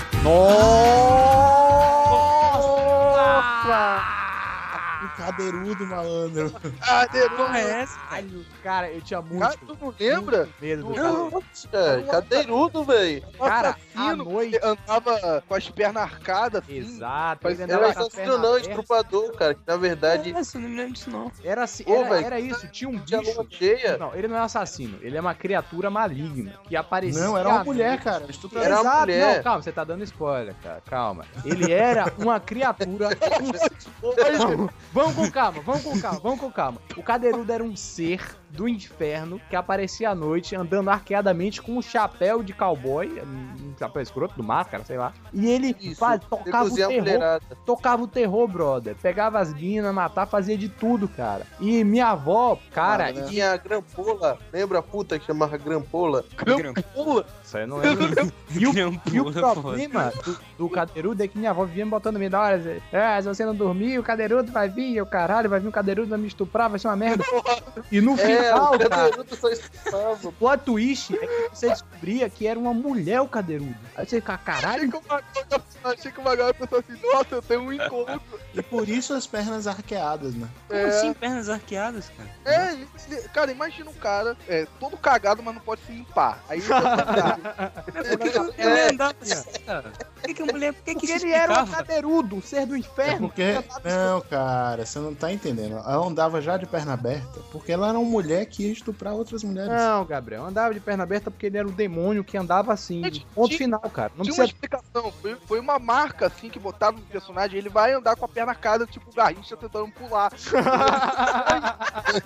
[SPEAKER 3] O cadeirudo, malandro.
[SPEAKER 6] Ah, de
[SPEAKER 9] Porra, é essa? cara?
[SPEAKER 4] Cara, eu tinha muito.
[SPEAKER 6] Cara, tu não lembra?
[SPEAKER 4] muito medo do
[SPEAKER 6] Não. assim,
[SPEAKER 4] cara.
[SPEAKER 6] é
[SPEAKER 8] Nossa, cadeirudo, velho.
[SPEAKER 4] Cara, à
[SPEAKER 6] assassino
[SPEAKER 4] noite.
[SPEAKER 6] que andava com as pernas arcadas, assim.
[SPEAKER 4] Exato.
[SPEAKER 6] Mas
[SPEAKER 4] ele andava
[SPEAKER 8] Era
[SPEAKER 4] com a
[SPEAKER 8] assassino
[SPEAKER 4] perna
[SPEAKER 8] não,
[SPEAKER 4] aberta.
[SPEAKER 8] estrupador, cara. Que na verdade
[SPEAKER 9] Nossa, eu não me lembro disso não.
[SPEAKER 4] Era, assim-
[SPEAKER 8] Pô,
[SPEAKER 4] era,
[SPEAKER 8] velho,
[SPEAKER 4] era isso, tinha um
[SPEAKER 8] tinha
[SPEAKER 4] bicho.
[SPEAKER 8] lua cheia.
[SPEAKER 4] Não, ele não é um assassino, ele é uma criatura maligna que aparecia.
[SPEAKER 3] Não, era uma mulher, cara. Estuprador.
[SPEAKER 8] Era uma
[SPEAKER 4] Exato,
[SPEAKER 8] mulher.
[SPEAKER 4] não, calma, você tá dando spoiler, cara, calma. Ele era uma criatura. Vamos- vamos com calma, vamos com calma, vamos com calma. O Cadeirudo era um ser do inferno que aparecia à noite andando arqueadamente com um chapéu de cowboy, um chapéu escroto do máscara, sei lá. E ele
[SPEAKER 8] Isso,
[SPEAKER 4] fa- tocava o
[SPEAKER 8] Reduzia a
[SPEAKER 4] terror
[SPEAKER 8] mulherada.
[SPEAKER 4] tocava o terror, brother. Pegava as minas, matava, fazia de tudo, cara. E minha avó, cara.
[SPEAKER 6] né?
[SPEAKER 8] E tinha a Grampola. Lembra a puta que chamava Grampola?
[SPEAKER 6] Pula!
[SPEAKER 4] Isso aí eu não lembro. E o, e
[SPEAKER 6] é
[SPEAKER 4] o problema é- do, do cadeirudo é que minha avó vinha me botando medo da hora. dizia, É, se você não dormir, o cadeirudo vai vir, o caralho, vai vir o cadeirudo, vai me estuprar, vai ser uma merda. E no
[SPEAKER 8] É,
[SPEAKER 4] final,
[SPEAKER 8] o
[SPEAKER 4] cara,
[SPEAKER 8] cadeirudo só escutava.
[SPEAKER 4] o plot twist é que você descobria que era uma mulher o cadeirudo. Aí você fica, caralho,
[SPEAKER 6] Achei que o Magal- Achei que o Magal pensou assim, nossa, eu tenho um encontro.
[SPEAKER 3] E por isso as pernas arqueadas, né?
[SPEAKER 9] Como assim, pernas arqueadas, cara?
[SPEAKER 6] É, ele- É, ele- cara, imagina um cara é, todo cagado, mas não pode se limpar. Aí ele tá-
[SPEAKER 9] Por que, que a mulher andava assim? Por que, que a mulher. Por que, que
[SPEAKER 4] porque
[SPEAKER 9] isso
[SPEAKER 4] ele era um
[SPEAKER 9] ficava?
[SPEAKER 4] cadeirudo, um ser do
[SPEAKER 3] É
[SPEAKER 4] inferno.
[SPEAKER 3] porque. Não, cara, você não tá entendendo. Ela andava já de perna aberta, porque ela era uma mulher que ia estuprar outras mulheres.
[SPEAKER 4] Não, Gabriel, andava de perna aberta porque ele era um demônio que andava assim.
[SPEAKER 6] Gente,
[SPEAKER 4] Ponto
[SPEAKER 6] tinha-
[SPEAKER 4] final, cara. Não
[SPEAKER 6] Tinha
[SPEAKER 4] precisa.
[SPEAKER 6] uma explicação. Foi, foi uma marca assim que botaram no personagem. Ele vai andar com a perna cara, tipo o Garrincha tentando pular.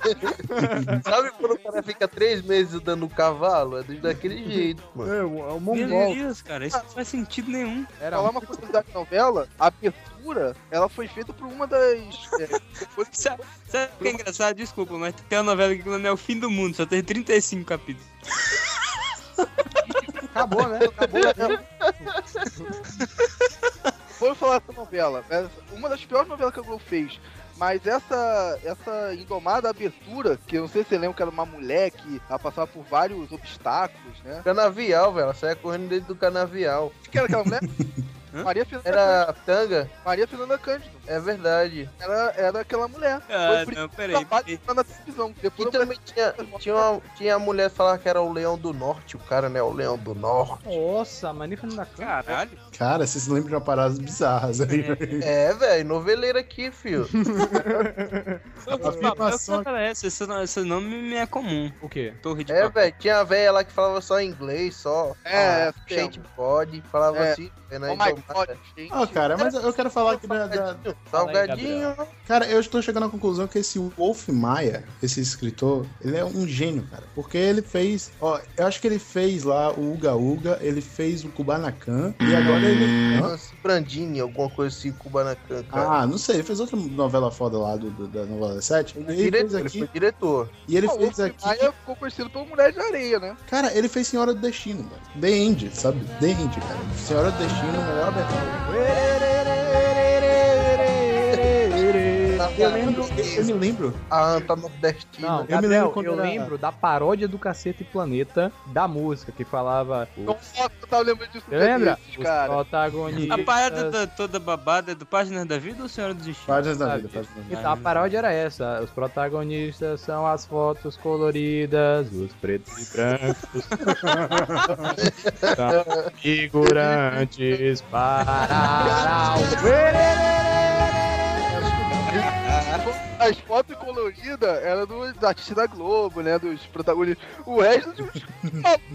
[SPEAKER 8] Sabe quando o cara fica três meses andando no cavalo? É daquele jeito, mano.
[SPEAKER 4] É, o, o
[SPEAKER 9] Meu
[SPEAKER 4] mongol
[SPEAKER 9] Deus, cara, isso não faz sentido nenhum.
[SPEAKER 4] era um-
[SPEAKER 6] Falar uma curiosidade da novela, a abertura, ela foi feita por uma das. é, foi-
[SPEAKER 9] Sabe, sabe o que é engraçado? Desculpa, mas tem uma novela que não é o fim do mundo, só tem 35 capítulos.
[SPEAKER 4] Acabou, né?
[SPEAKER 6] Acabou, né? Vou falar dessa novela. É uma das piores novelas que a Globo fez. Mas essa, essa indomada abertura, que eu não sei se você lembra que era uma mulher que ela passava por vários obstáculos, né?
[SPEAKER 8] Canavial, velho. Ela saia correndo dentro do canavial.
[SPEAKER 6] O que era aquela mulher?
[SPEAKER 9] Hã?
[SPEAKER 6] Maria Fernanda, Cândido.
[SPEAKER 8] Era a tanga?
[SPEAKER 6] Maria Fernanda Cândido.
[SPEAKER 8] É verdade.
[SPEAKER 6] Era, era aquela mulher.
[SPEAKER 9] Ah,
[SPEAKER 6] Foi por
[SPEAKER 9] não,
[SPEAKER 6] isso
[SPEAKER 9] peraí.
[SPEAKER 6] que ela
[SPEAKER 9] porque-
[SPEAKER 6] tá na televisão. Depois
[SPEAKER 8] E
[SPEAKER 6] eu falei,
[SPEAKER 8] também tinha, tinha, uma, tinha a mulher falar que era o leão do norte. O cara, né? O leão do norte.
[SPEAKER 4] Nossa, manífico da cara.
[SPEAKER 9] Caralho.
[SPEAKER 3] Cara, vocês lembram de uma parada bizarra. assim,
[SPEAKER 8] É, velho. Noveleiro aqui, filho.
[SPEAKER 3] afirmação-
[SPEAKER 9] Essa, essa, esse no- esse nome me é comum.
[SPEAKER 4] O quê?
[SPEAKER 9] Torre de
[SPEAKER 8] É,
[SPEAKER 9] papel.
[SPEAKER 8] velho. Tinha a velha lá que falava só inglês, só.
[SPEAKER 6] É,
[SPEAKER 8] ah,
[SPEAKER 6] tem.
[SPEAKER 8] Gente, pode. Falava
[SPEAKER 6] É.
[SPEAKER 8] assim. né,
[SPEAKER 6] Oh my
[SPEAKER 8] indomada.
[SPEAKER 6] god, gente.
[SPEAKER 3] Ó, ah, cara, É, mas eu quero falar aqui da- da,
[SPEAKER 8] Salgadinho.
[SPEAKER 3] Cara, eu estou chegando à conclusão que esse Wolf Maia, esse escritor, ele é um gênio, cara. Porque ele fez. Ó, eu acho que ele fez lá o Uga Uga, ele fez o Kubanacan, e agora ele. Hã?
[SPEAKER 8] Lance Brandini, alguma coisa assim, Kubanacan, cara.
[SPEAKER 3] Ah, não sei, ele fez outra novela foda lá do, do- da novela 7. E ele fez
[SPEAKER 8] diretor, ele foi
[SPEAKER 3] aqui.
[SPEAKER 8] diretor.
[SPEAKER 3] E ele
[SPEAKER 6] Ah, o
[SPEAKER 3] fez
[SPEAKER 6] Wolf
[SPEAKER 3] aqui.
[SPEAKER 6] Maia ficou conhecido pelo Mulher de Areia, né?
[SPEAKER 3] Cara, ele fez Senhora do Destino, velho. The End, sabe? The End, cara. Senhora do Destino, melhor abertura.
[SPEAKER 8] Tá
[SPEAKER 3] Eu lembro, eu me lembro.
[SPEAKER 8] A anta nordestina.
[SPEAKER 4] Não,
[SPEAKER 3] Eu me
[SPEAKER 4] Gabriel,
[SPEAKER 3] lembro quando
[SPEAKER 4] eu
[SPEAKER 3] era-
[SPEAKER 4] lembro da paródia do Cacete Planeta da música que falava.
[SPEAKER 6] Nossa, Então, eu tava lembrando disso.
[SPEAKER 4] Lembra?
[SPEAKER 6] desses,
[SPEAKER 4] Os
[SPEAKER 6] cara.
[SPEAKER 4] protagonistas.
[SPEAKER 9] A parada da- toda babada é do Páginas da Vida ou Senhora do Destino?
[SPEAKER 3] Páginas da vida,
[SPEAKER 4] Sabe?
[SPEAKER 3] páginas da vida.
[SPEAKER 4] Então, a paródia era essa. Os protagonistas são as fotos coloridas, os pretos e brancos. São figurantes para
[SPEAKER 6] As fotos coloridas eram do, da Titi da Globo, né? Dos protagonistas. O resto de uns.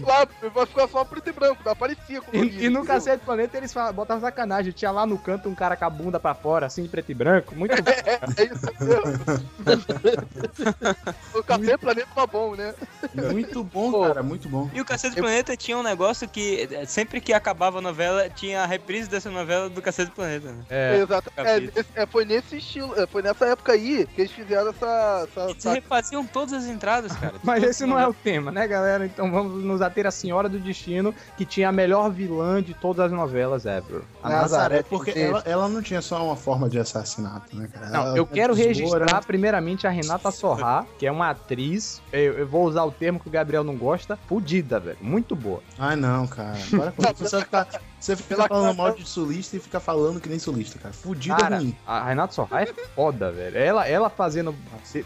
[SPEAKER 6] lá, vai ficar só preto e branco, não aparecia colorido.
[SPEAKER 4] E, e no
[SPEAKER 6] entendeu?
[SPEAKER 4] Cacete Planeta eles fala- botavam sacanagem. Tinha lá no canto um cara com a bunda pra fora, assim, preto e branco. Muito bom.
[SPEAKER 6] É isso mesmo. o Café Planeta tá bom, né?
[SPEAKER 3] é Muito bom,
[SPEAKER 6] Pô.
[SPEAKER 3] cara, muito bom.
[SPEAKER 9] E o Cacete do Planeta tinha um negócio que eh, sempre que acabava a novela, tinha a reprise dessa novela do Cacete do Planeta. Né?
[SPEAKER 4] É.
[SPEAKER 6] Exato. É, nesse- é, foi nesse estilo, é, foi nessa época aí que eles fizeram essa. essa-
[SPEAKER 9] Eles
[SPEAKER 6] essa-
[SPEAKER 9] refaziam todas as entradas, cara.
[SPEAKER 4] Mas esse não é o tema, né, galera? Então vamos nos ater à Senhora do Destino, que tinha a melhor vilã de todas as novelas ever.
[SPEAKER 3] Ah,
[SPEAKER 8] A Nazaré,
[SPEAKER 3] Porque
[SPEAKER 8] tem-
[SPEAKER 3] ela, ela não tinha só uma forma de assassinato, né, cara?
[SPEAKER 4] Não,
[SPEAKER 3] Ela-
[SPEAKER 4] eu quero
[SPEAKER 3] ela-
[SPEAKER 4] registrar primeiramente a Renata Sorrá, que é uma atriz, eu, eu vou usar o termo que o Gabriel não gosta, fudida, velho. Muito boa.
[SPEAKER 3] Ai, não, cara. Para com isso. Você fica, você fica
[SPEAKER 6] Pela
[SPEAKER 3] falando mal
[SPEAKER 6] cara-
[SPEAKER 3] de sulista e fica falando que nem sulista, cara. Fudido
[SPEAKER 4] Cara,
[SPEAKER 3] é ruim.
[SPEAKER 4] A Renata Sorrá é foda, velho. Ela, ela fazendo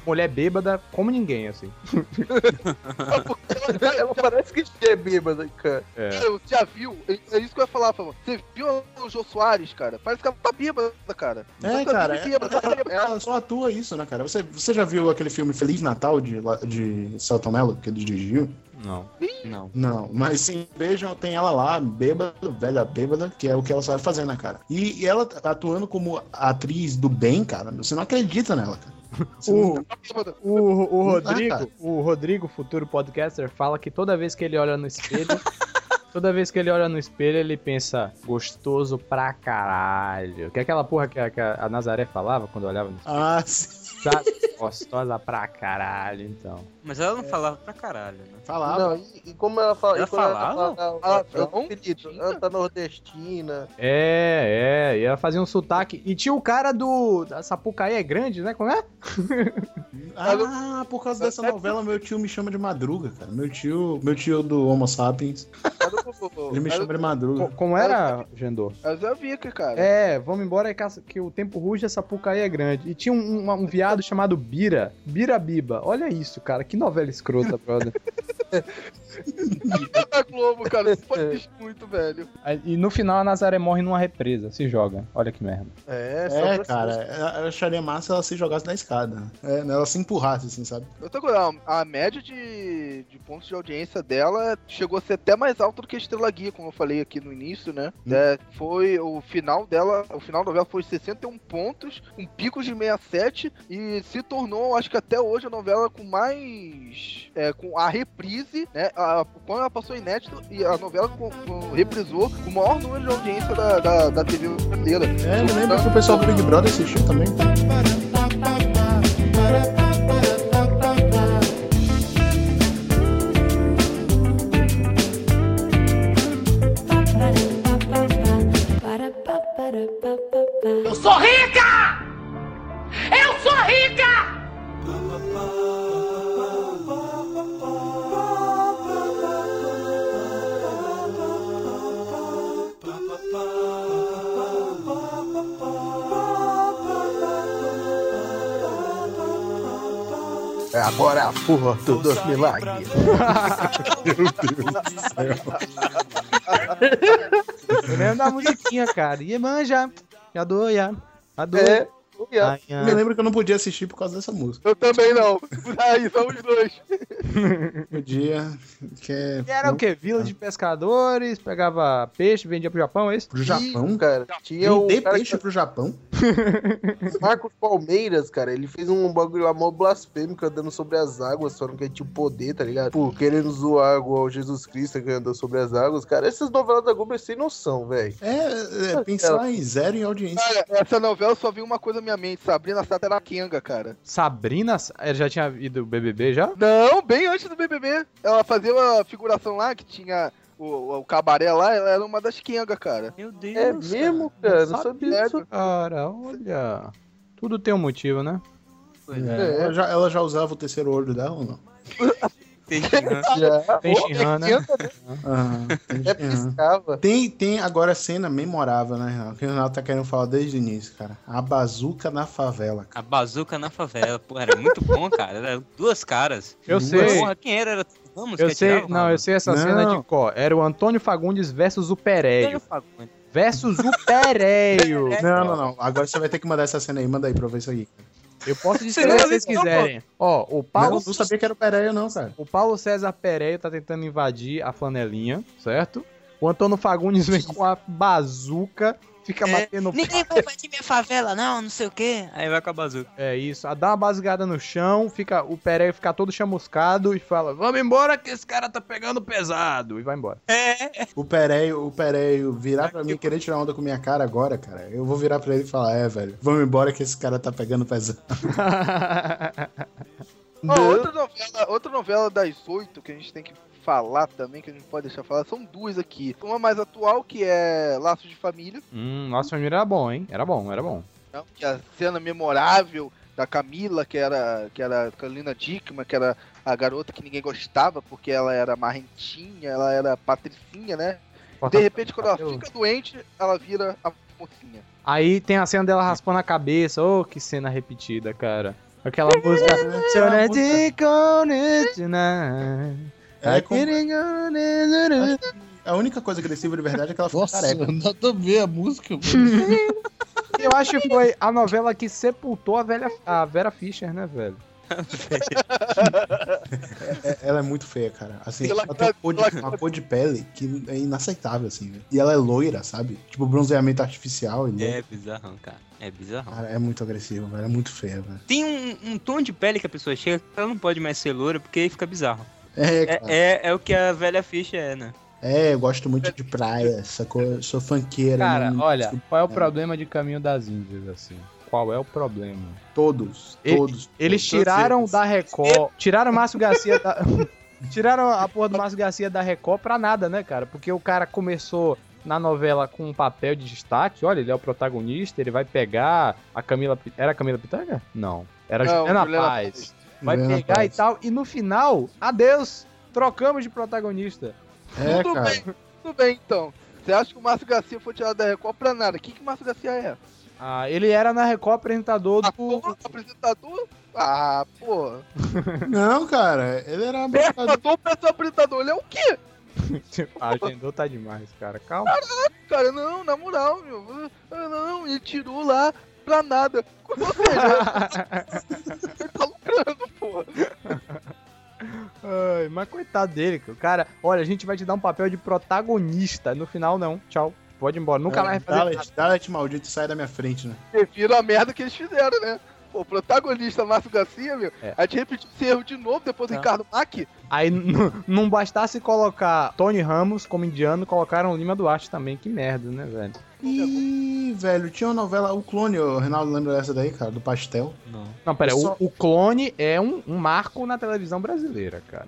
[SPEAKER 4] mulher bêbada como ninguém, assim.
[SPEAKER 8] Ela parece que é bêbada, cara.
[SPEAKER 4] É.
[SPEAKER 6] Cara, Você já viu? É é isso que eu ia falar, Fama. Você viu o Jô Soares, cara? Parece que ela tá bêbada, cara.
[SPEAKER 3] É,
[SPEAKER 6] Tá
[SPEAKER 3] cara. é-
[SPEAKER 6] bêbada, tá bêbada.
[SPEAKER 3] Ela só atua isso, né, cara? Você, você já viu aquele filme Feliz Natal de, La- de Celton Mello, que ele dirigiu?
[SPEAKER 4] Não. Não.
[SPEAKER 3] Não, mas sim, vejam, tem ela lá, bêbada, velha bêbada, que é o que ela sabe fazer, né, cara? E, e ela tá atuando como atriz do bem, cara, você não acredita nela, cara. Você não-
[SPEAKER 4] O,
[SPEAKER 6] bêbada.
[SPEAKER 4] o, o
[SPEAKER 3] Não dá,
[SPEAKER 4] Rodrigo,
[SPEAKER 3] cara.
[SPEAKER 4] o Rodrigo, futuro podcaster, fala que toda vez que ele olha no espelho, toda vez que ele olha no espelho, ele pensa, gostoso pra caralho. Que é aquela porra que a, que a Nazaré falava quando olhava no
[SPEAKER 3] Ah, sim.
[SPEAKER 4] Sabe? Gostosa pra caralho, então.
[SPEAKER 9] Mas ela não falava pra caralho, né?
[SPEAKER 3] Falava.
[SPEAKER 8] Não, e, e como ela fala.
[SPEAKER 9] Ela
[SPEAKER 8] e quando ela
[SPEAKER 9] falava?
[SPEAKER 8] fala-
[SPEAKER 6] Ela
[SPEAKER 8] ela
[SPEAKER 6] não?
[SPEAKER 8] fala- ela tá nordestina.
[SPEAKER 4] É, é, e ela fazia um sotaque. E tinha o cara do. da Sapucaí é grande, né? Como é?
[SPEAKER 3] Ah, por causa dessa novela, meu tio me chama de madruga, cara. Meu tio, meu tio do Homo Sapiens,
[SPEAKER 6] Era o-
[SPEAKER 3] ele me
[SPEAKER 6] era o-
[SPEAKER 3] chama de madruga.
[SPEAKER 4] Co- Como era, Gendor?
[SPEAKER 6] era o Zé Vica, cara.
[SPEAKER 4] É, vamos embora que a- que o tempo ruge, a Sapucaí é grande. E tinha um, um, um viado chamado Bira. Bira Biba. Olha isso, cara. Que novela escrota, brother.
[SPEAKER 6] da Globo, cara. Isso foi isso muito, velho.
[SPEAKER 4] Aí- E no final a Nazaré morre numa represa. Se joga. Olha que merda.
[SPEAKER 8] É, só
[SPEAKER 3] É,
[SPEAKER 8] pra-
[SPEAKER 3] cara, eu acharia massa se ela se jogasse na escada. É, né, ela se empurrasse, assim, sabe?
[SPEAKER 6] Eu tô com a, a média de, de pontos de audiência dela chegou a ser até mais alta do que a Estrela Guia, como eu falei aqui no início, né? É, foi o final dela, o final da novela foi 61 pontos, um pico de 67 e se tornou, acho que até hoje a novela com mais é, com a reprise, né? A- quando ela passou inédito e a novela com- com- reprisou o maior número de audiência da, da, da TV brasileira.
[SPEAKER 3] É, me lembra que o pessoal do Big Brother assistiu também.
[SPEAKER 10] Eu sou rica! Eu sou rica!
[SPEAKER 8] É agora a porra dos milagres.
[SPEAKER 4] Eu lembro da musiquinha, cara. E manja. Já doia. Já doia.
[SPEAKER 8] É. olha,
[SPEAKER 3] Eu me lembro que eu não podia assistir por causa dessa música.
[SPEAKER 6] Eu também não. Aí são os dois.
[SPEAKER 3] Podia, que é...
[SPEAKER 4] E era o quê? Vila de pescadores, pegava peixe, vendia pro Japão, é isso?
[SPEAKER 3] Pro Japão,
[SPEAKER 8] Ih,
[SPEAKER 3] cara.
[SPEAKER 8] cara. Tinha é o
[SPEAKER 3] Vender
[SPEAKER 8] cara
[SPEAKER 3] peixe pro Japão?
[SPEAKER 8] que- Marcos Palmeiras, cara. Ele fez um bagulho lá mó blasfêmico andando sobre as águas, falando que ele tinha o poder, tá ligado? Por querendo zoar igual Jesus Cristo que andou sobre as águas, cara. Essas novelas da Globo é sem noção, velho.
[SPEAKER 3] É, é, pensar em zero em audiência.
[SPEAKER 6] Cara, essa novela eu só vi uma coisa na minha mente, Sabrina Sataraquenga, cara.
[SPEAKER 4] Sabrina, ela já tinha ido BBB já?
[SPEAKER 6] Não, bem antes do BBB. Ela fazia uma figuração lá que tinha o, o cabaré lá, ela era uma das Kenga, cara.
[SPEAKER 9] Meu Deus.
[SPEAKER 8] É mesmo, É cara? Não
[SPEAKER 4] Não
[SPEAKER 8] sabia disso.
[SPEAKER 4] Cara, olha. Tudo tem um motivo, né?
[SPEAKER 3] É, Ela, já, ela já usava o terceiro olho dela ou não?
[SPEAKER 9] Tem que-
[SPEAKER 8] Já.
[SPEAKER 4] Tem Shinhan, né?
[SPEAKER 3] Aham.
[SPEAKER 8] É piscava.
[SPEAKER 3] Tem, tem agora a cena memorável, né, Renato? Que o Renato tá querendo falar desde o início, cara. A bazuca na favela, cara.
[SPEAKER 9] A bazuca na favela, pô, era muito bom, cara. Era duas caras.
[SPEAKER 4] Eu
[SPEAKER 3] Duas-
[SPEAKER 4] sei.
[SPEAKER 9] Porra, quem era? Era Vamos,
[SPEAKER 4] Eu sei, não, eu sei essa cena
[SPEAKER 3] Não.
[SPEAKER 4] de cor. Era o Antônio Fagundes versus o Pereio.
[SPEAKER 9] Fagundes.
[SPEAKER 4] Versus o Pereio.
[SPEAKER 3] Não, não, não. Agora você vai ter que mandar essa cena aí. Manda aí pra eu ver isso aí.
[SPEAKER 4] Eu posso dizer
[SPEAKER 9] Você não
[SPEAKER 4] se vocês
[SPEAKER 9] avisou,
[SPEAKER 4] quiserem. Ó, o Paulo,
[SPEAKER 3] Não, não sabia que era o Pereira, não, cara.
[SPEAKER 4] o Paulo César Pereio tá tentando invadir a flanelinha, certo? O Antônio Fagundes vem com a bazuca, fica
[SPEAKER 9] É.
[SPEAKER 4] batendo.
[SPEAKER 9] Ninguém vai invadir minha favela, não, não sei o quê. Aí vai com a bazuca.
[SPEAKER 4] É isso. Dá uma basgada no chão, fica o Pereio fica todo chamuscado e fala: Vamos embora que esse cara tá pegando pesado. E vai embora.
[SPEAKER 3] O Pereio, o Pereio virar pra mim e querer tirar onda com minha cara agora, cara. Eu vou virar pra ele e falar, é, velho, vamos embora que esse cara tá pegando pesado.
[SPEAKER 6] Ó, outra, novela, outra novela das oito que a gente tem que falar também, que a gente não pode deixar falar, são duas aqui. Uma mais atual, que é Laços de Família,
[SPEAKER 4] hum, nossa, família era bom, hein? Era bom, era bom.
[SPEAKER 6] né, que é a cena memorável da Camila, que era, que era a Carolina Dickman, que era a garota que ninguém gostava, porque ela era marrentinha, ela era patricinha, né? De repente, quando ela fica doente, ela vira a mocinha.
[SPEAKER 4] Aí tem a cena dela raspando a cabeça. Ô, que cena repetida, cara. Aquela música.
[SPEAKER 3] Aquela música. É, com- a única coisa agressiva de verdade é que ela ficou
[SPEAKER 11] Nossa,
[SPEAKER 3] careca.
[SPEAKER 11] nada a ver a música.
[SPEAKER 4] Eu acho que foi a novela que sepultou a, velha, a Vera Fischer, né, velho?
[SPEAKER 3] É- ela é muito feia, cara. Assim,
[SPEAKER 6] Ela-
[SPEAKER 3] ela, tem uma cor, de, uma cor de pele que é inaceitável, assim, velho. E ela é loira, sabe? Tipo, bronzeamento artificial e loira.
[SPEAKER 9] É bizarrão, cara. É bizarrão.
[SPEAKER 3] Cara, é muito agressivo, velho. É muito feia, velho.
[SPEAKER 9] Tem um, um tom de pele que a pessoa chega que ela não pode mais ser loura porque aí fica bizarro.
[SPEAKER 3] É,
[SPEAKER 9] É,
[SPEAKER 3] cara.
[SPEAKER 9] é, é o que a velha ficha é, né?
[SPEAKER 3] É, eu gosto muito de praia, sacou? Sou né? fanqueira.
[SPEAKER 4] Cara,
[SPEAKER 3] mano.
[SPEAKER 4] olha, qual é o problema de Caminho das Índias, assim? Qual é o problema?
[SPEAKER 3] Tipo, Todos,
[SPEAKER 4] Ele-
[SPEAKER 3] todos.
[SPEAKER 4] Eles
[SPEAKER 3] todos
[SPEAKER 4] tiraram
[SPEAKER 3] eles.
[SPEAKER 4] da Record. Tiraram o Márcio Garcia da. tiraram a porra do Márcio Garcia da Record pra nada, né, cara? Porque o cara começou na novela com um papel de destaque. Olha, ele é o protagonista, ele vai pegar a Camila. Pi- Era a Camila Pitanga? Não. Era a
[SPEAKER 6] Não,
[SPEAKER 4] Juliana
[SPEAKER 6] Juliana
[SPEAKER 4] Paz.
[SPEAKER 6] Paz.
[SPEAKER 4] Vai
[SPEAKER 3] Juliana
[SPEAKER 4] pegar
[SPEAKER 3] Paz.
[SPEAKER 4] e tal. E no final, adeus! Trocamos de protagonista.
[SPEAKER 3] É,
[SPEAKER 6] Tudo
[SPEAKER 3] cara.
[SPEAKER 6] bem, tudo bem então. Você acha que o Márcio Garcia foi tirado da Record pra nada? O que, que o Márcio Garcia é?
[SPEAKER 4] Ah, ele era na Record apresentador do.
[SPEAKER 6] Ator, apresentador? Ah, pô.
[SPEAKER 3] Não, cara, ele era apresentador.
[SPEAKER 6] Apresentador, pessoa apresentador, ele é o quê?
[SPEAKER 4] Ah, agendou tá demais, cara. Calma.
[SPEAKER 6] Cara, não, na moral, meu. Ah, Não, ele tirou lá pra nada. Ou seja, ele tá lucrando, porra.
[SPEAKER 4] Ai, mas coitado dele, cara. O cara. Olha, a gente vai te dar um papel de protagonista. No final, não. Tchau. Pode ir embora.
[SPEAKER 3] É,
[SPEAKER 4] Nunca mais vai fazer. nada.
[SPEAKER 3] Dalet, Dalet, maldito, sai da minha frente, né?
[SPEAKER 6] Prefiro a merda que eles fizeram, né? Pô, o protagonista Márcio Garcia, meu.
[SPEAKER 4] É.
[SPEAKER 6] A gente repetiu esse erro de novo, depois do
[SPEAKER 4] Tá.
[SPEAKER 6] Ricardo Mack.
[SPEAKER 4] Aí n- não bastasse colocar Tony Ramos como indiano, colocaram Lima Duarte também. Que merda, né, velho?
[SPEAKER 3] Ih, velho, tinha uma novela, o Clone, o Reinaldo lembra dessa daí, cara, do pastel.
[SPEAKER 9] Não.
[SPEAKER 4] Não, pera,
[SPEAKER 3] Eu
[SPEAKER 4] o-
[SPEAKER 3] só-
[SPEAKER 4] o, clone é um, um marco na televisão brasileira, cara.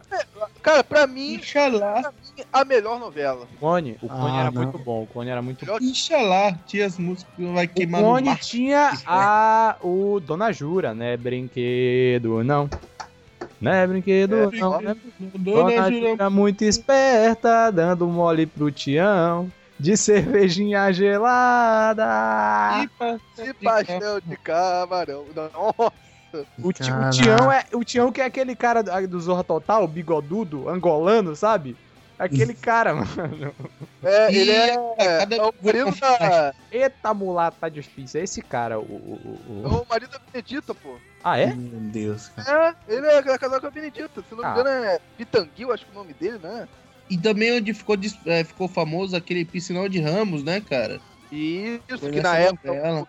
[SPEAKER 6] Cara, pra mim,
[SPEAKER 11] Inxalá,
[SPEAKER 6] a melhor novela.
[SPEAKER 4] O clone, o clone
[SPEAKER 3] Ah,
[SPEAKER 4] era
[SPEAKER 3] não.
[SPEAKER 4] muito bom, o clone era muito bom.
[SPEAKER 6] Melhor
[SPEAKER 11] inxalá, tinha as músicas que vai
[SPEAKER 4] O
[SPEAKER 11] queimar no
[SPEAKER 4] clone
[SPEAKER 11] mar.
[SPEAKER 4] tinha a o Dona Jura, né? Brinquedo, não. Não é brinquedo,
[SPEAKER 6] É,
[SPEAKER 4] não.
[SPEAKER 11] brinquedo.
[SPEAKER 4] né?
[SPEAKER 11] Dona Jurema.
[SPEAKER 4] Jura é muito esperta, dando mole pro Tião. De cervejinha gelada.
[SPEAKER 6] de pastel de camarão. Não,
[SPEAKER 4] O, Ti- o
[SPEAKER 3] Caraca.
[SPEAKER 4] Tião é o Tião que é aquele cara do, do Zorra Total, o bigodudo, angolano, sabe? Aquele cara, mano.
[SPEAKER 6] é, ele é,
[SPEAKER 11] cada-
[SPEAKER 6] é o marido da.
[SPEAKER 4] Eita, mulata, tá difícil. É esse cara, o. o- o-
[SPEAKER 6] É
[SPEAKER 4] o-
[SPEAKER 6] o marido da Benedita, pô.
[SPEAKER 4] Ah, é?
[SPEAKER 3] Meu Deus, cara.
[SPEAKER 6] É, ele é casado com a Benedita. Se não me
[SPEAKER 4] Ah.
[SPEAKER 6] engano, é Pitanguil, acho que é o nome dele, né?
[SPEAKER 11] E também onde ficou, dis- eh, ficou famoso aquele piscinão de Ramos, né, cara?
[SPEAKER 6] Isso,
[SPEAKER 11] Foi
[SPEAKER 6] que na
[SPEAKER 11] nessa
[SPEAKER 6] época
[SPEAKER 11] novela.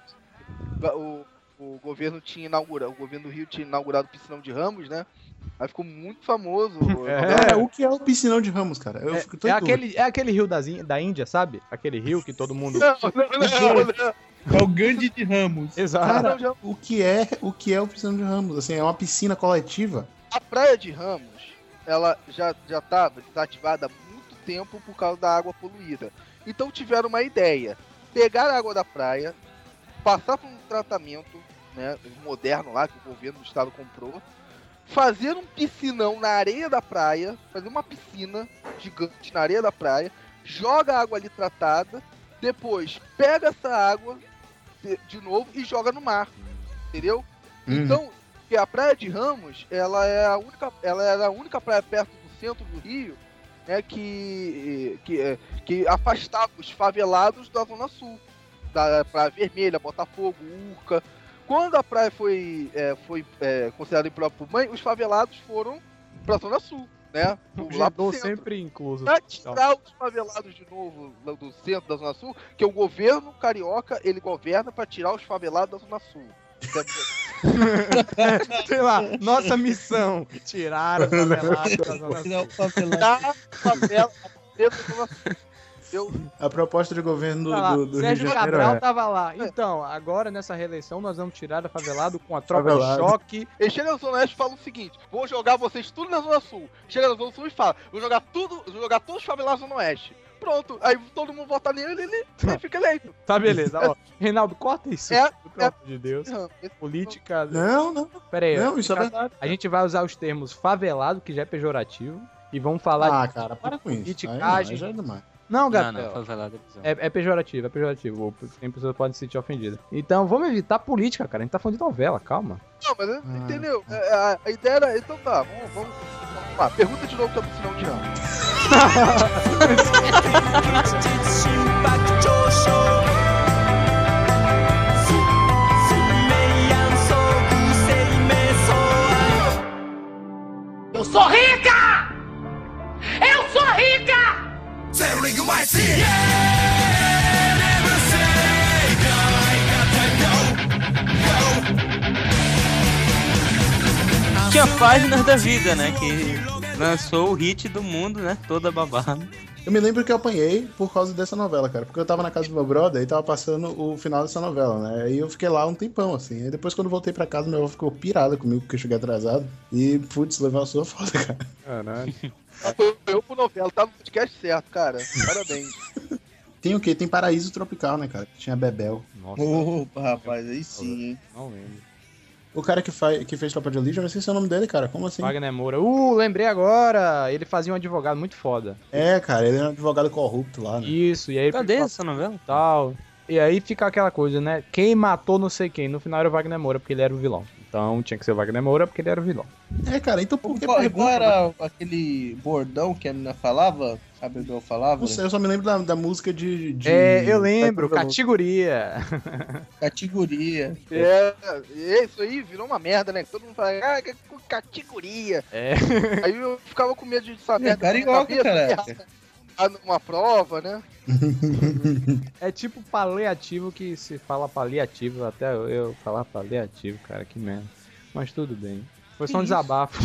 [SPEAKER 6] o, o, o governo tinha inaugurado, o governo do Rio tinha inaugurado o piscinão de Ramos, né? Aí ficou muito famoso.
[SPEAKER 4] É.
[SPEAKER 3] É, o que é o piscinão de Ramos, cara? Eu fico
[SPEAKER 4] É,
[SPEAKER 3] todo
[SPEAKER 4] é aquele, é aquele rio das in- da Índia, sabe? Aquele rio que todo mundo.
[SPEAKER 6] Não, não, não, não.
[SPEAKER 11] É o Gandhi de Ramos.
[SPEAKER 4] Exato.
[SPEAKER 6] Cara, já-
[SPEAKER 3] O que é o que é o piscinão de Ramos? Assim, é uma piscina coletiva.
[SPEAKER 6] a praia de Ramos, ela já, já tava desativada há muito tempo por causa da água poluída. Então tiveram uma ideia. Pegar a água da praia, passar por um tratamento, né, moderno lá que o governo do estado comprou. Fazer um piscinão na areia da praia, fazer uma piscina gigante na areia da praia, joga a água ali tratada, depois pega essa água de, de novo e joga no mar. Entendeu?
[SPEAKER 7] Uhum.
[SPEAKER 6] Então, que a Praia de Ramos, ela é a única, ela era a única praia perto do centro do Rio, né, que que, é, que afastava os favelados da zona sul, da Praia Vermelha, Botafogo, Urca. Quando a praia foi é, foi é, considerada imprópria por mãe, os favelados foram pra zona sul, né?
[SPEAKER 4] O
[SPEAKER 6] Lá pro
[SPEAKER 4] Jadô
[SPEAKER 6] centro.
[SPEAKER 4] sempre incluso.
[SPEAKER 6] Pra tirar os favelados de novo lá do centro da Zona Sul, que é o governo carioca ele governa pra tirar os favelados da Zona Sul.
[SPEAKER 4] Sei lá, nossa missão. Tirar o favelado da zona sul.
[SPEAKER 6] Tirar o favelado da tá Zona Sul. Eu
[SPEAKER 3] A proposta de governo do,
[SPEAKER 4] Tá lá,
[SPEAKER 3] do, do Rio de
[SPEAKER 4] Sérgio
[SPEAKER 3] Janeiro
[SPEAKER 4] Cabral
[SPEAKER 3] é...
[SPEAKER 4] tava lá. Então, agora nessa reeleição nós vamos tirar o favelado com a tropa
[SPEAKER 3] Favelado.
[SPEAKER 4] de choque.
[SPEAKER 6] Ele chega na Zona Oeste e fala o seguinte: vou jogar vocês tudo na Zona Sul. Chega na Zona Sul e fala: vou jogar tudo, vou jogar todos os favelados na Zona Oeste. Pronto, aí todo mundo vota nele e ele, ele fica eleito.
[SPEAKER 4] Tá beleza, ó. Reinaldo, corta isso.
[SPEAKER 6] É,
[SPEAKER 4] pelo amor de Deus.
[SPEAKER 6] Então,
[SPEAKER 4] Política.
[SPEAKER 3] Não, não.
[SPEAKER 4] Pera aí.
[SPEAKER 3] Não,
[SPEAKER 4] ó.
[SPEAKER 3] isso é verdade.
[SPEAKER 4] A gente vai usar os termos favelado, que já é pejorativo, e vamos falar
[SPEAKER 3] Ah, cara, para com isso. Aí não, aí
[SPEAKER 4] politicagem.
[SPEAKER 3] já é demais.
[SPEAKER 4] Não,
[SPEAKER 9] Não,
[SPEAKER 4] Gabriel.
[SPEAKER 9] não, favelado é bizarro.
[SPEAKER 4] É, é pejorativo, é pejorativo. Tem pessoas que podem se sentir ofendidas. Então, vamos evitar política, cara. A gente tá falando de novela, calma.
[SPEAKER 6] Não, mas
[SPEAKER 3] Ah,
[SPEAKER 6] entendeu? É, A, a ideia era. Então tá, vamos. vamos, vamos lá. Pergunta de novo que eu não sinal de
[SPEAKER 10] Eu sou rica! Eu sou rica!
[SPEAKER 7] Zerling my sin. Yeah, never say die. Got time, go, go.
[SPEAKER 9] Tinha páginas da vida, né? Que lançou o hit do mundo, né? Toda babada.
[SPEAKER 3] Eu me lembro que eu apanhei por causa dessa novela, cara. Porque eu tava na casa do meu brother e tava passando o final dessa novela, né? E eu fiquei lá um tempão, assim. Aí depois, quando eu voltei pra casa, meu avô ficou pirado comigo porque eu cheguei atrasado. E, putz, levei uma sua foda, cara.
[SPEAKER 4] Caralho.
[SPEAKER 6] é. Eu pro novela, tá no podcast certo, cara. Parabéns.
[SPEAKER 3] Tem o quê? Tem Paraíso Tropical, né, cara? Tinha Bebel.
[SPEAKER 4] Nossa.
[SPEAKER 11] Opa, rapaz, aí sim, hein?
[SPEAKER 4] Não lembro.
[SPEAKER 3] O cara que, faz, que fez Tropa de Elite, eu esqueci o nome dele, cara. Como assim?
[SPEAKER 4] Wagner Moura. Uh, lembrei agora. Ele fazia um advogado muito foda.
[SPEAKER 3] É, cara, ele era um advogado corrupto lá, né?
[SPEAKER 4] Isso, e
[SPEAKER 7] Tá
[SPEAKER 4] aí.
[SPEAKER 9] Cadê essa novela?
[SPEAKER 4] Tal. E aí fica aquela coisa, né? Quem matou não sei quem. No final era o Wagner Moura, porque ele era o vilão. Então tinha que ser o Wagner Moura, porque ele era o vilão.
[SPEAKER 3] É, cara, então por que
[SPEAKER 11] Qual, qual
[SPEAKER 3] pergunta?
[SPEAKER 11] era aquele bordão que a menina falava? A Bebel falava?
[SPEAKER 3] Não sei, eu só me lembro da, da música de, de-
[SPEAKER 4] É, eu lembro,
[SPEAKER 3] Vai pra-
[SPEAKER 4] categoria.
[SPEAKER 11] Categoria.
[SPEAKER 6] É, é, isso aí virou uma merda, né? Todo mundo fala, ah, que c- categoria.
[SPEAKER 4] É.
[SPEAKER 6] Aí eu ficava com medo de essa
[SPEAKER 11] É,
[SPEAKER 6] merda. na
[SPEAKER 11] carioca,
[SPEAKER 6] Tá cabeça, tá
[SPEAKER 11] caraca.
[SPEAKER 6] errar na- numa prova, né?
[SPEAKER 4] É tipo paliativo que se fala paliativo, até eu- eu falar paliativo, cara, que merda. Mas tudo bem. Foi só um
[SPEAKER 7] Que isso?
[SPEAKER 4] desabafo.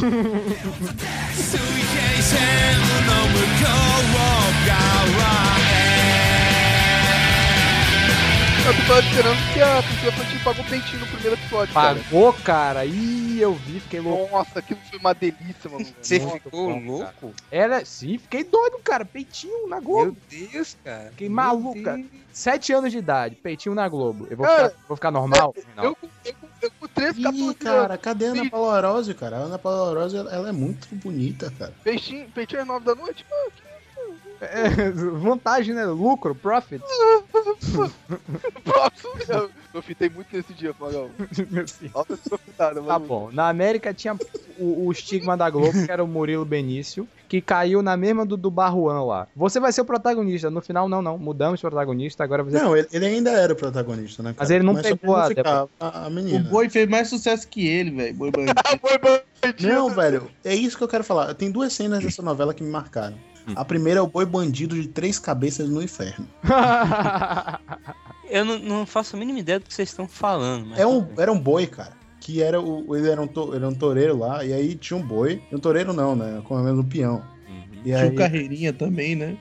[SPEAKER 6] Eu tô esperando que a Priscila Fantin pagou um peitinho no primeiro episódio, cara.
[SPEAKER 4] Pagou, cara. Ih, eu vi, fiquei louco.
[SPEAKER 6] Nossa, aquilo foi uma delícia, mano.
[SPEAKER 9] Você
[SPEAKER 6] Nossa,
[SPEAKER 9] ficou
[SPEAKER 6] cara.
[SPEAKER 9] louco?
[SPEAKER 4] Era, sim, fiquei doido, cara. Peitinho na Globo.
[SPEAKER 9] Meu Deus, cara.
[SPEAKER 4] Fiquei maluco, cara. Sete anos de idade, peitinho na Globo. Eu vou,
[SPEAKER 9] Ah.
[SPEAKER 6] Cara,
[SPEAKER 4] ficar, vou ficar normal? Não.
[SPEAKER 6] Eu, com- eu, com- eu com 13, 14
[SPEAKER 3] Ih, cara, cadê a Ana Paula Arósio, cara? A Ana Paula Arósio, ela ela é muito bonita, cara.
[SPEAKER 6] Peixinho, peitinho às 9 da noite? Ah, que-
[SPEAKER 4] É, vantagem, né? Lucro, profit.
[SPEAKER 6] Próximo. Eu, eu fitei muito nesse dia, Magão.
[SPEAKER 4] Meu filho.
[SPEAKER 6] Nossa, eu tô fitado,
[SPEAKER 4] Tá
[SPEAKER 6] mano.
[SPEAKER 4] bom. Na América tinha o, o estigma da Globo, que era o Murilo Benício, que caiu na mesma do, do Barruan lá. Você vai ser o protagonista. No final, não, não. Mudamos de protagonista, agora você.
[SPEAKER 3] Não, ele, ele ainda era o protagonista, né, cara?
[SPEAKER 4] Mas ele não
[SPEAKER 3] só
[SPEAKER 4] pegou
[SPEAKER 3] que
[SPEAKER 4] a
[SPEAKER 3] não ficava a, a
[SPEAKER 11] O
[SPEAKER 3] menina.
[SPEAKER 11] boi fez mais sucesso que ele, velho. Boi bandido.
[SPEAKER 6] Foi bandido.
[SPEAKER 3] Não, velho, é isso que eu quero falar. Tem duas cenas dessa novela que me marcaram. A primeira é o boi bandido de três cabeças no inferno.
[SPEAKER 9] Eu não, não faço a mínima ideia do que vocês estão falando. Mas...
[SPEAKER 3] É um, era um boi, cara. Que era o. Ele era um, to, era um toureiro lá, e aí tinha um boi. Um toureiro não, né? Com o mesmo peão. E
[SPEAKER 8] um
[SPEAKER 11] Tinha
[SPEAKER 3] aí,
[SPEAKER 11] o carreirinha também, né?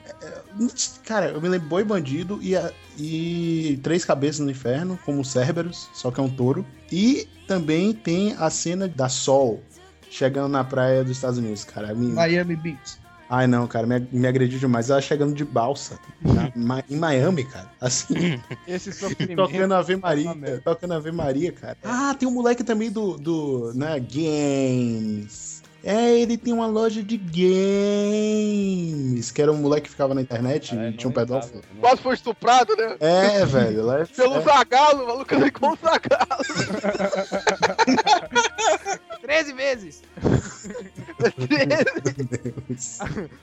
[SPEAKER 3] cara, eu me lembro Boi Bandido e, a- e Três Cabeças no Inferno, como Cerberus, só que é um touro. E também tem a cena da Sol chegando na praia dos Estados Unidos, cara. Me-
[SPEAKER 11] Miami Beach.
[SPEAKER 3] Ai, não, cara, me, me agrediu demais. Ela chegando de balsa na- ma- em Miami, cara. Assim,
[SPEAKER 4] Esse
[SPEAKER 3] tocando Ave Maria, tocando Ave Maria, cara. Ah, tem um moleque também do, do né, Games. É, ele tem uma loja de games, que era um moleque que ficava na internet
[SPEAKER 4] é
[SPEAKER 3] e tinha um pedófilo.
[SPEAKER 6] Quase foi estuprado, né?
[SPEAKER 3] É, velho, lá é-
[SPEAKER 6] Pelo
[SPEAKER 3] é.
[SPEAKER 6] zagalo, o maluco ali com o zagalo.
[SPEAKER 4] 13 vezes!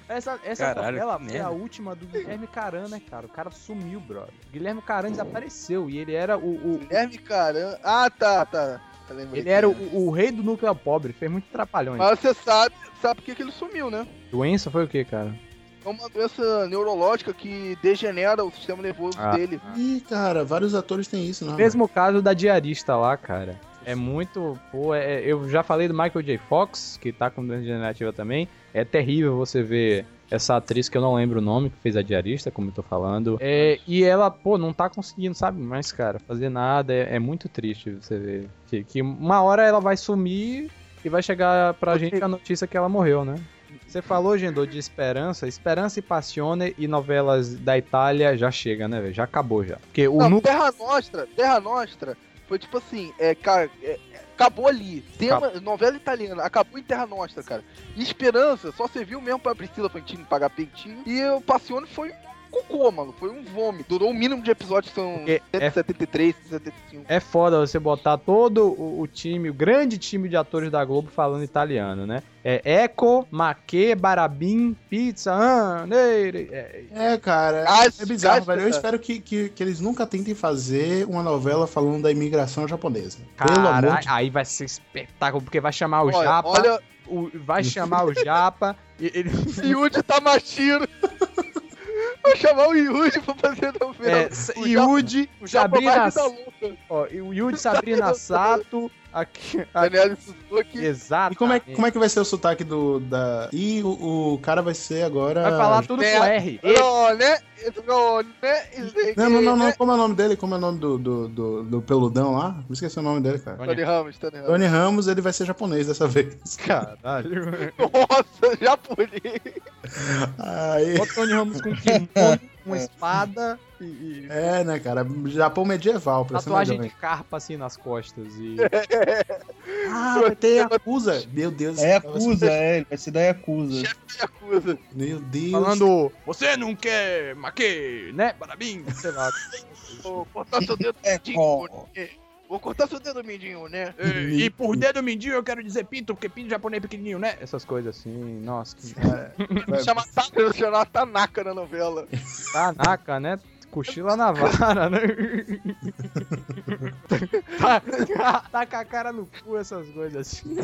[SPEAKER 4] Essa, essa
[SPEAKER 9] Caralho,
[SPEAKER 4] novela
[SPEAKER 9] que
[SPEAKER 4] foi a
[SPEAKER 9] merda.
[SPEAKER 4] última do Guilherme Caran, né, cara? O cara sumiu, brother. Guilherme Caran desapareceu e ele era o. o-
[SPEAKER 6] Guilherme Caramba. Ah, tá, tá. Eu lembrei
[SPEAKER 4] ele
[SPEAKER 6] quem
[SPEAKER 4] era o, o rei do núcleo pobre, fez muito trapalhões.
[SPEAKER 6] Mas você sabe, sabe por que, que ele sumiu, né?
[SPEAKER 4] Doença foi o que, cara?
[SPEAKER 6] É uma doença neurológica que degenera o sistema nervoso
[SPEAKER 4] Ah.
[SPEAKER 6] dele.
[SPEAKER 3] Ih, cara, vários atores têm isso, né?
[SPEAKER 4] Mesmo caso da diarista lá, cara. É muito. Pô, é- eu já falei do Michael J. Fox, que tá com doença degenerativa também. É terrível você ver essa atriz que eu não lembro o nome, que fez a diarista, como eu tô falando. É, e ela, pô, não tá conseguindo, sabe? Mas, cara, fazer nada é, é muito triste você ver. Que, que uma hora ela vai sumir e vai chegar pra gente a notícia que ela morreu, né? Você falou, Gendô, de Esperança. Esperança e Passione e novelas da Itália já chega, né, velho? Já acabou já. Porque o
[SPEAKER 6] Não,
[SPEAKER 4] nu-
[SPEAKER 6] Terra Nostra, Terra Nostra foi tipo assim, é, ca- é, é, acabou ali. Tema, Novela italiana, acabou em Terra Nostra, cara. E Esperança só serviu mesmo pra Priscila Fantini pagar peitinho. E o Passione foi um cocô, mano. Foi um vômito. Durou o mínimo de episódios, são
[SPEAKER 4] Porque é-
[SPEAKER 6] 173, 175.
[SPEAKER 4] É foda você botar todo o, o time, o grande time de atores da Globo falando italiano, né? É Eco, Maquê, Barabim, Pizza, ah, Neire. É,
[SPEAKER 3] É, cara,
[SPEAKER 6] As-
[SPEAKER 3] é bizarro,
[SPEAKER 6] as-
[SPEAKER 3] velho. Eu espero que, que, que eles nunca tentem fazer uma novela falando da imigração japonesa. Pelo amor
[SPEAKER 4] Caralho,
[SPEAKER 3] de
[SPEAKER 4] aí vai ser espetáculo, porque vai chamar o
[SPEAKER 6] Olha,
[SPEAKER 4] Japa,
[SPEAKER 6] olha
[SPEAKER 4] o- vai chamar o Japa, e ele
[SPEAKER 6] Yuji Tamashiro. Vou chamar o Yuji pra fazer novela.
[SPEAKER 4] é, S- Yudi,
[SPEAKER 6] O Japa
[SPEAKER 4] Sabrina,
[SPEAKER 6] mais vida louca.
[SPEAKER 4] ó, e o Yudi Sabrina Sato, aqui,
[SPEAKER 6] Daniel Suzuki.
[SPEAKER 4] exato.
[SPEAKER 3] E como é, como é que vai ser o sotaque do. Da... E o, o cara vai ser agora.
[SPEAKER 4] Vai falar tudo
[SPEAKER 6] é
[SPEAKER 4] com R.
[SPEAKER 11] É.
[SPEAKER 6] Não, né? Não, né?
[SPEAKER 3] Não, não, não, não. Como é o nome dele? Como é o nome do, do, do, do peludão lá? Eu Esqueci o nome dele, cara.
[SPEAKER 6] Tony Ramos, Tony Ramos.
[SPEAKER 3] Tony Ramos, ele vai ser japonês dessa vez.
[SPEAKER 4] Caralho, velho.
[SPEAKER 6] Nossa, japonês.
[SPEAKER 3] Aí,
[SPEAKER 4] Bota o Tony Ramos com kimono, com espada e- e
[SPEAKER 3] é, né, cara? Japão medieval, pra ser
[SPEAKER 4] Tatuagem
[SPEAKER 3] melhor.
[SPEAKER 4] de carpa assim nas costas e.
[SPEAKER 3] Ah, vai ter Yakuza. Meu Deus.
[SPEAKER 11] É Yakuza, é, ele vai ser da Yakuza.
[SPEAKER 6] Yakuza.
[SPEAKER 3] Meu Deus.
[SPEAKER 4] falando. Você não quer maquê, né? Parabéns, sei lá.
[SPEAKER 6] Vou cortar seu dedo
[SPEAKER 11] É,
[SPEAKER 6] mindinho.
[SPEAKER 11] ó,
[SPEAKER 6] né? Vou cortar seu dedo mindinho, né?
[SPEAKER 4] e, e por dedo mindinho eu quero dizer pinto, porque pinto japonês é pequenininho, né? Essas coisas assim, nossa, que
[SPEAKER 3] Vai-
[SPEAKER 6] Chama Tanaka, chama Tanaka na novela.
[SPEAKER 4] canaca, né? Cochila na vara, né? tá, tá com a cara no cu essas coisas assim.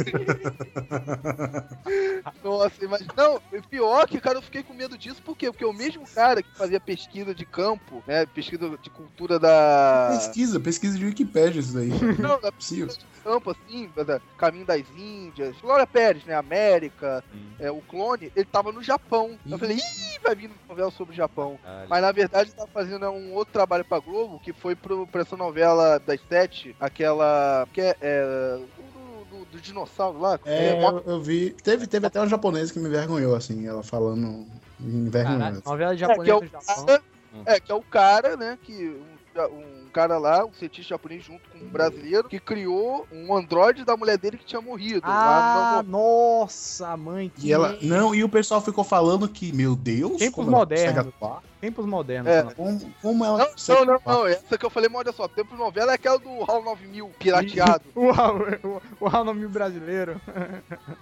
[SPEAKER 6] Nossa, mas não, e pior que, cara, eu fiquei com medo disso, por quê? Porque o mesmo cara que fazia pesquisa de campo, né? Pesquisa de cultura da.
[SPEAKER 3] Pesquisa, pesquisa de Wikipédia isso daí. é
[SPEAKER 6] Não, da
[SPEAKER 3] Possível.
[SPEAKER 6] campo, assim, da- Caminho das Índias, Glória Pérez, né? América, é, o clone, ele tava no Japão. Eu falei, ih, vai vir novela sobre o Japão. Mas na verdade tá fazendo um outro trabalho pra Globo, que foi pro, pra essa novela das sete, aquela. que é. é, do, do- do dinossauro lá.
[SPEAKER 3] É,
[SPEAKER 6] uma-
[SPEAKER 3] eu, eu vi. Teve, teve até uma japonesa que me envergonhou, assim, ela falando. Me
[SPEAKER 4] Caralho,
[SPEAKER 3] envergonhou.
[SPEAKER 4] novela de
[SPEAKER 6] é, que é
[SPEAKER 4] japonês
[SPEAKER 6] o
[SPEAKER 4] do Japão.
[SPEAKER 6] cara.
[SPEAKER 4] Hum.
[SPEAKER 6] É, que é o cara, né? Que. Um, um cara lá, um cientista japonês junto com um brasileiro, que criou um androide da mulher dele que tinha morrido.
[SPEAKER 4] Ah,
[SPEAKER 6] lá
[SPEAKER 4] nossa, mãe, que
[SPEAKER 3] E ela. Não, e o pessoal ficou falando que, meu Deus,
[SPEAKER 4] Tempos
[SPEAKER 3] ela
[SPEAKER 4] modernos.
[SPEAKER 3] consegue atuar?
[SPEAKER 4] tempos modernos.
[SPEAKER 6] É.
[SPEAKER 4] não.
[SPEAKER 3] Como, como ela
[SPEAKER 6] no... não,
[SPEAKER 3] consegue
[SPEAKER 6] não, não,
[SPEAKER 3] atuar?
[SPEAKER 6] não, essa que eu falei, mas olha só, tempo de novela é aquela do HAL 9000,
[SPEAKER 3] é
[SPEAKER 6] pirateado.
[SPEAKER 4] O Raul- o- o Raul é brasileiro.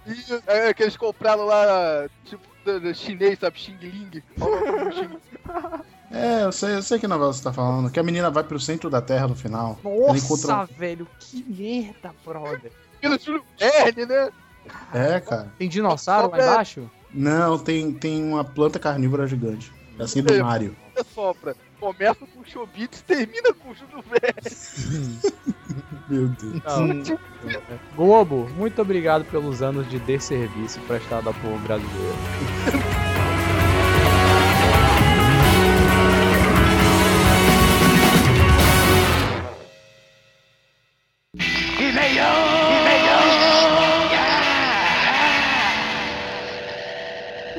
[SPEAKER 6] Isso, é que eles compraram lá, tipo, do- do chinês, sabe? Xing Ling.
[SPEAKER 3] É, eu sei, eu sei que novela você tá falando. Que a menina vai pro centro da Terra no final. Ela
[SPEAKER 4] Nossa,
[SPEAKER 3] encontra-
[SPEAKER 4] velho, que merda, brother.
[SPEAKER 6] Pelo Júlio Verne, é né?
[SPEAKER 3] É, cara.
[SPEAKER 4] Tem dinossauro lá embaixo?
[SPEAKER 3] Não, tem, tem uma planta carnívora gigante. Assim do
[SPEAKER 6] É.
[SPEAKER 3] Mario.
[SPEAKER 6] Olha só, pra- Começa com o Chobits, termina com o Júlio Verne.
[SPEAKER 3] Meu Deus.
[SPEAKER 4] é. Globo, muito obrigado pelos anos de desserviço prestado ao povo brasileiro.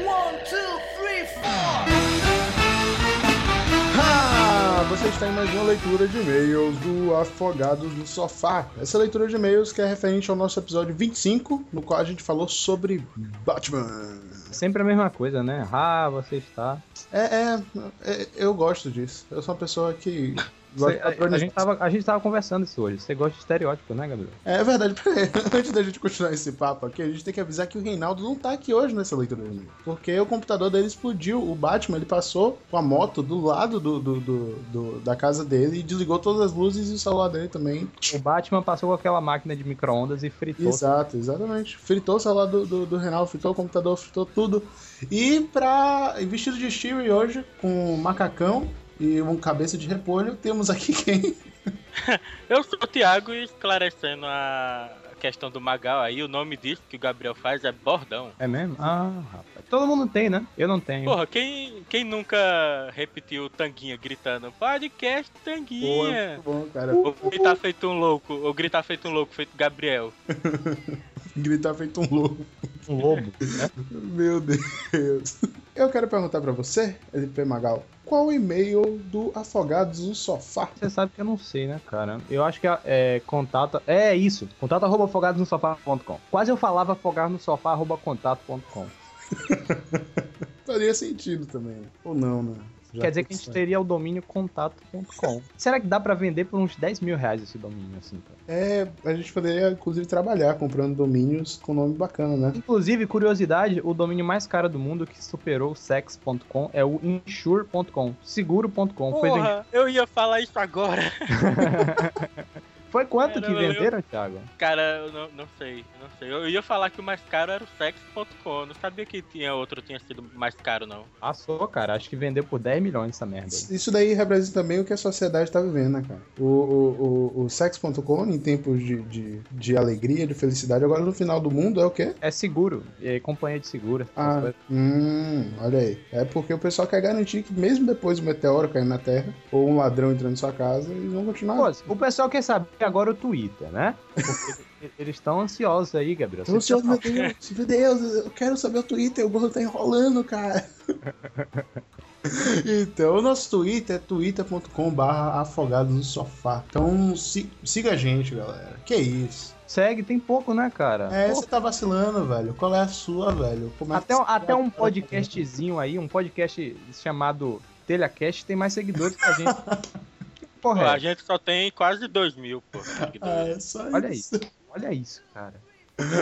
[SPEAKER 1] One, two,
[SPEAKER 3] você está em mais uma leitura de e-mails do Afogados no Sofá. Essa leitura de e-mails que é referente ao nosso episódio 25, no qual a gente falou sobre Batman.
[SPEAKER 4] Sempre a mesma coisa, né? Ah, você está.
[SPEAKER 3] É, é, é, eu gosto disso. Eu sou uma pessoa que. gosta
[SPEAKER 4] Você-
[SPEAKER 3] de
[SPEAKER 4] a, a
[SPEAKER 3] padronizar.
[SPEAKER 4] gente tava, a gente tava conversando isso hoje. Você gosta de estereótipo, né, Gabriel?
[SPEAKER 3] É verdade, peraí, antes da gente continuar esse papo aqui, a gente tem que avisar que o Reinaldo não tá aqui hoje nessa leitura de e-mail. Porque o computador dele explodiu, o Batman ele passou com a moto do lado do, do- do- do- da casa dele e desligou todas as luzes e o celular dele também.
[SPEAKER 4] O Batman passou com aquela máquina de micro-ondas e fritou.
[SPEAKER 3] Exato, exatamente. Fritou o celular do, do, do Reinaldo, fritou o computador, fritou tudo. E pra e vestido de Shiri hoje, com um macacão e um cabeça de repolho, temos aqui quem?
[SPEAKER 9] Eu sou o Thiago e esclarecendo a questão do Magal aí, o nome disso que o Gabriel faz é bordão.
[SPEAKER 4] É mesmo? Ah, rapaz. Todo mundo tem, né? Eu não tenho.
[SPEAKER 9] Porra, quem, quem nunca repetiu o Tanguinha gritando podcast Tanguinha?
[SPEAKER 3] Pô, é muito bom, cara.
[SPEAKER 9] Ou gritar feito um louco, ou gritar feito um louco, feito Gabriel.
[SPEAKER 3] Gritar feito um lobo.
[SPEAKER 4] Um lobo.
[SPEAKER 3] Meu Deus. Eu quero perguntar pra você, LP Magal, qual o e-mail do Afogados no Sofá?
[SPEAKER 4] Você sabe que eu não sei, né, cara? Eu acho que é contato. É isso. Contato arroba afogados no sofá.com. Quase eu falava afogados no sofá arroba contato.com.
[SPEAKER 3] Faria sentido também. Ou não, né? Já é
[SPEAKER 4] Quer dizer que a gente
[SPEAKER 3] pensei.
[SPEAKER 4] teria o domínio contato.com. Será que dá pra vender por uns 10 mil reais esse domínio, assim, cara?
[SPEAKER 3] É, a gente poderia, inclusive, trabalhar comprando domínios com nome bacana, né?
[SPEAKER 4] Inclusive, curiosidade, o domínio mais caro do mundo que superou o sex.com é o insure.com, seguro.com. Foi, vendi-
[SPEAKER 9] Porra, eu ia falar isso agora.
[SPEAKER 4] foi quanto
[SPEAKER 9] Era,
[SPEAKER 4] que
[SPEAKER 9] eu-
[SPEAKER 4] venderam, Thiago?
[SPEAKER 9] Cara, eu não, não sei, não sei. Eu ia falar que o mais caro era o sex.com, eu não sabia que tinha outro tinha sido mais caro não.
[SPEAKER 4] Passou, cara. Acho que vendeu por 10 milhões essa merda. aí.
[SPEAKER 3] Isso daí representa também o que a sociedade tá vivendo, né, cara? O, o, o, o sex.com, em tempos de, de, de alegria, de felicidade, agora no final do mundo é o quê?
[SPEAKER 4] É seguro. E aí, companhia de seguro. essas
[SPEAKER 3] Ah,
[SPEAKER 4] coisas.
[SPEAKER 3] hum, olha aí. É porque o pessoal quer garantir que mesmo depois do meteoro cair na Terra, ou um ladrão entrando em sua casa, eles vão continuar.
[SPEAKER 4] Pô, o pessoal quer saber agora o Twitter, né? Porque eles estão ansiosos aí, Gabriel.
[SPEAKER 3] Tô ansioso, meu
[SPEAKER 4] Você-
[SPEAKER 3] Deus, meu Deus, eu quero saber o Twitter, o gordo tá enrolando, cara. Então, o nosso Twitter é twitter.com.br afogados no sofá. Então, si- siga a gente, galera. Que isso.
[SPEAKER 4] Segue, tem pouco, né, cara?
[SPEAKER 3] É,
[SPEAKER 4] Pô,
[SPEAKER 3] você tá vacilando, velho. Qual é a sua, velho? Como é que
[SPEAKER 4] Até,
[SPEAKER 3] você-
[SPEAKER 4] até um podcastzinho aí, um podcast chamado Telhacast, tem mais seguidores que a gente.
[SPEAKER 11] É.
[SPEAKER 9] Pô,
[SPEAKER 4] Porra,
[SPEAKER 9] a gente só tem quase 2 mil, pô.
[SPEAKER 3] Ah, é só
[SPEAKER 4] olha
[SPEAKER 3] isso.
[SPEAKER 4] isso. Olha isso, cara.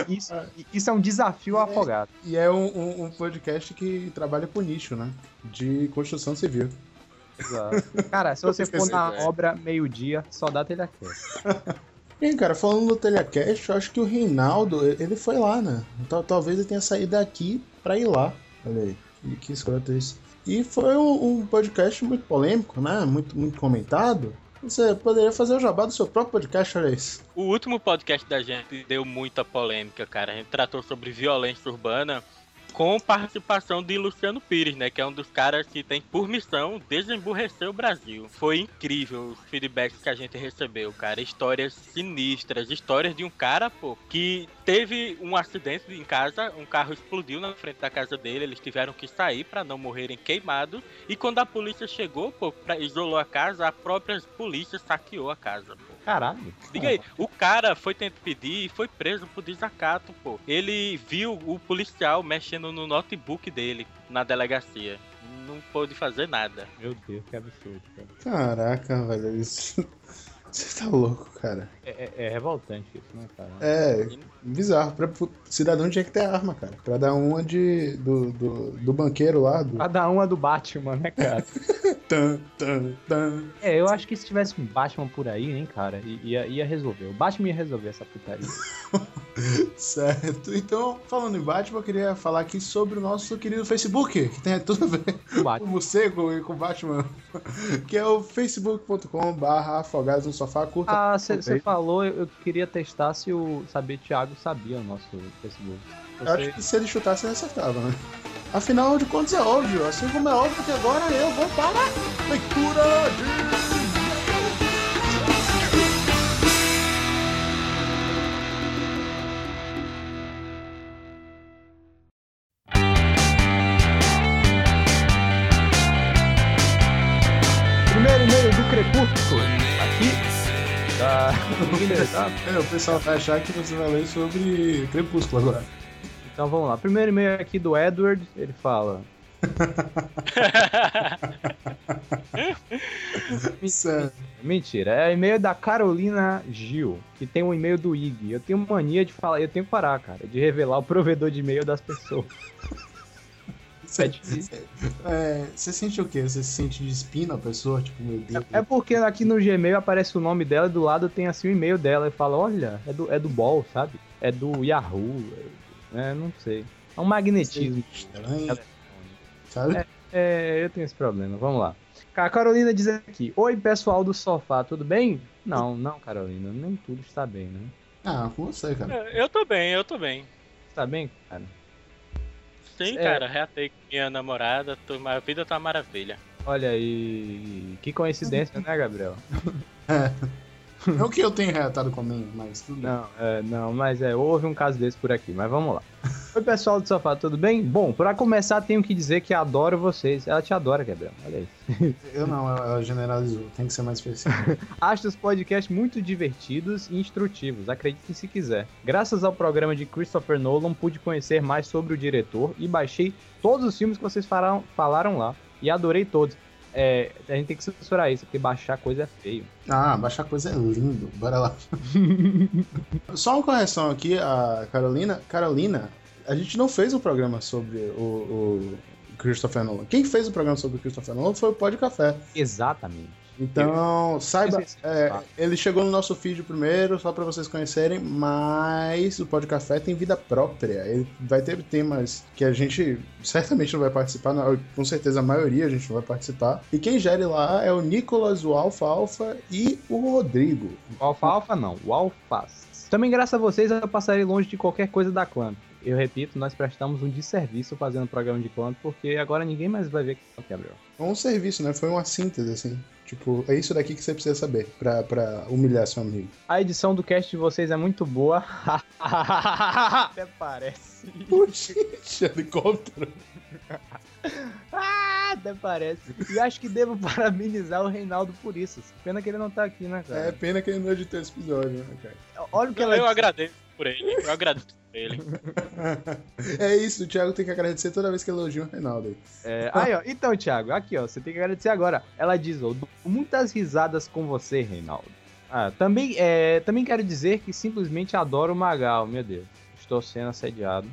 [SPEAKER 4] Isso, isso é um desafio afogado.
[SPEAKER 3] E é um, um- um podcast que trabalha com nicho, né? De construção civil.
[SPEAKER 4] Cara, se você for
[SPEAKER 3] Esqueci,
[SPEAKER 4] na
[SPEAKER 3] velho.
[SPEAKER 4] obra meio-dia, só dá Telhacast.
[SPEAKER 3] Bem, cara, falando do Telecast, eu acho que o Reinaldo, ele foi lá, né? Tal- talvez ele tenha saído daqui pra ir lá. Olha aí, e que escroto isso. E foi um, um podcast muito polêmico, né? Muito, muito comentado. Você poderia fazer o jabá do seu próprio podcast, olha isso.
[SPEAKER 9] O último podcast da gente deu muita polêmica, cara. A gente tratou sobre violência urbana com participação de Luciano Pires, né? Que é um dos caras que tem por missão desemburrecer o Brasil. Foi incrível os feedbacks que a gente recebeu, cara. Histórias sinistras, histórias de um cara, pô, que teve um acidente em casa, um carro explodiu na frente da casa dele, eles tiveram que sair pra não morrerem queimados. E quando a polícia chegou, pô, pra, isolou a casa, a própria polícia saqueou a casa, pô.
[SPEAKER 4] Caralho.
[SPEAKER 9] Diga aí, o cara foi tentar pedir e foi preso por desacato, pô. Ele viu o policial mexendo no notebook dele na delegacia. Não pôde fazer nada.
[SPEAKER 4] Meu Deus, que absurdo, cara.
[SPEAKER 3] Caraca, velho, isso... Você tá louco, cara.
[SPEAKER 4] É, é- é revoltante isso, né, cara?
[SPEAKER 3] É, bizarro. Pra, pro cidadão tinha que ter arma, cara. Pra dar uma de, do, do, do banqueiro lá. Do...
[SPEAKER 4] Cada uma do Batman, né, cara?
[SPEAKER 3] Tan, tan, tan.
[SPEAKER 4] É, eu acho que se tivesse um Batman por aí, hein, cara, i- ia, ia resolver. O Batman ia resolver essa putaria.
[SPEAKER 3] Certo. Então, falando em Batman, eu queria falar aqui sobre o nosso querido Facebook, que tem tudo a ver com o morcego e com o Batman, que é o facebook.com.br afogados no sofá curta.
[SPEAKER 4] Ah, você
[SPEAKER 3] Talvez.
[SPEAKER 4] falou, eu eu queria testar se o saber Thiago sabia o nosso Facebook.
[SPEAKER 3] Eu acho que se ele chutasse, ele acertava, né? Afinal de contas, é óbvio. Assim como é óbvio que agora eu vou para a leitura de...
[SPEAKER 4] Primeiro e-mail do Crepúsculo. Aqui. Ah,
[SPEAKER 3] É, o pessoal vai achar que você vai ler sobre Crepúsculo agora.
[SPEAKER 4] Então vamos lá. Primeiro e-mail aqui do Edward, ele fala.
[SPEAKER 3] Sério.
[SPEAKER 4] Mentira, é e-mail da Carolina Gil, que tem um e-mail do IG. Eu tenho mania de falar, eu tenho que parar, cara, de revelar o provedor de e-mail das pessoas.
[SPEAKER 3] Você, é, você sente o quê? Você se sente de espina a pessoa? Tipo, meu Deus.
[SPEAKER 4] É porque aqui no Gmail aparece o nome dela e do lado tem assim o e-mail dela e fala, olha, é do, é do Ball, sabe? É do Yahoo, é, é, não sei. É um magnetismo.
[SPEAKER 3] Estranho, sabe?
[SPEAKER 4] É, é, eu tenho esse problema, vamos lá. A Carolina diz aqui, oi pessoal do sofá, tudo bem? Não, não, Carolina, nem tudo está bem, né?
[SPEAKER 3] Ah, com você, cara.
[SPEAKER 12] É, Eu tô bem, eu tô bem.
[SPEAKER 4] Está bem, cara?
[SPEAKER 12] Sim,
[SPEAKER 4] É.
[SPEAKER 12] cara, reatei com minha namorada, tô, a vida tá uma maravilha.
[SPEAKER 4] Olha aí, que coincidência, né, Gabriel?
[SPEAKER 3] Não É que eu tenha reatado com a minha, mas tudo bem.
[SPEAKER 4] Não, é, não, mas é, houve um caso desse por aqui, mas vamos lá. Oi, pessoal do sofá, tudo bem? Bom, pra começar, tenho que dizer que adoro vocês. Ela te adora, Gabriel, olha isso.
[SPEAKER 3] Eu não, ela ela generalizou. Tem que ser mais específico.
[SPEAKER 4] Acho os podcasts muito divertidos e instrutivos, acredite se quiser. Graças ao programa de Christopher Nolan, pude conhecer mais sobre o diretor e baixei todos os filmes que vocês falaram, falaram lá. E adorei todos. É, a gente tem que censurar isso, porque baixar coisa é feio.
[SPEAKER 3] Ah, baixar coisa é lindo. Bora lá. Só uma correção aqui, a Carolina. Carolina, a gente não fez um programa sobre o, o Christopher Nolan. Quem fez o programa sobre o Christopher Nolan foi o Pó de Café.
[SPEAKER 4] Exatamente.
[SPEAKER 3] Então, saiba, é, ele chegou no nosso feed primeiro, só pra vocês conhecerem, mas o Pod Café tem vida própria. Ele vai ter temas que a gente certamente não vai participar, na- com certeza a maioria a gente não vai participar. E quem gere lá é o Nicolas, o Alfa Alfa e o Rodrigo.
[SPEAKER 4] O alfalfa não, o alface. Também graças a vocês eu passarei longe de qualquer coisa da clã. Eu repito, nós prestamos um desserviço fazendo o programa de clã, porque agora ninguém mais vai ver que é o Gabriel.
[SPEAKER 3] Foi um serviço, né? Foi uma síntese, assim. Tipo, é isso daqui que você precisa saber pra, pra humilhar seu amigo.
[SPEAKER 4] A edição do cast de vocês é muito boa. Até parece.
[SPEAKER 3] Puxa, helicóptero.
[SPEAKER 4] Até parece. E acho que devo parabenizar o Reinaldo por isso. Pena que ele não tá aqui, né,
[SPEAKER 3] É
[SPEAKER 4] cara?
[SPEAKER 3] pena que ele não editou esse episódio, né, cara?
[SPEAKER 4] É, Olha o que
[SPEAKER 12] Eu,
[SPEAKER 4] ela disse.
[SPEAKER 12] agradeço por ele, eu agradeço por ele.
[SPEAKER 3] É isso, o Thiago tem que agradecer toda vez que elogia o Reinaldo.
[SPEAKER 4] É, aí, ó. Então, Thiago, aqui, ó. Você tem que agradecer agora. Ela diz, ó, "Dou muitas risadas com você, Reinaldo. Ah, também, é, também quero dizer que simplesmente adoro o Magal, meu Deus. Estou sendo assediado.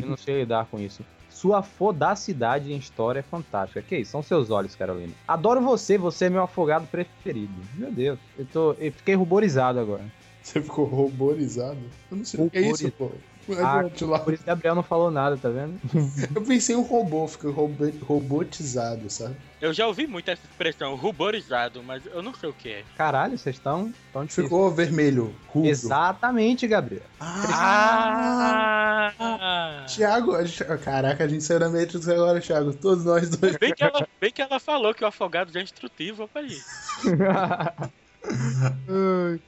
[SPEAKER 4] Eu não sei lidar com isso. Sua fodacidade em história é fantástica. Que isso? São seus olhos, Carolina. Adoro você, você é meu afogado preferido. Meu Deus, eu, tô, eu fiquei ruborizado agora.
[SPEAKER 3] Você ficou ruborizado? Eu não sei o que é isso, pô.
[SPEAKER 4] Ah,
[SPEAKER 3] Adiante lá.
[SPEAKER 4] por isso Gabriel não falou nada, tá vendo?
[SPEAKER 3] Eu pensei em um robô, fica robo- robotizado, sabe?
[SPEAKER 12] Eu já ouvi muito essa expressão, ruborizado, mas eu não sei o que é.
[SPEAKER 4] Caralho, vocês estão tão difíceis.
[SPEAKER 3] Ficou vermelho, ruivo.
[SPEAKER 4] Exatamente, Gabriel.
[SPEAKER 3] Ah!
[SPEAKER 12] Ah!
[SPEAKER 3] Thiago, a gente- caraca, a gente saiu da Matrix agora, Thiago. Todos nós dois.
[SPEAKER 12] Bem que, ela, bem que ela falou que o afogado já é instrutivo, rapaz.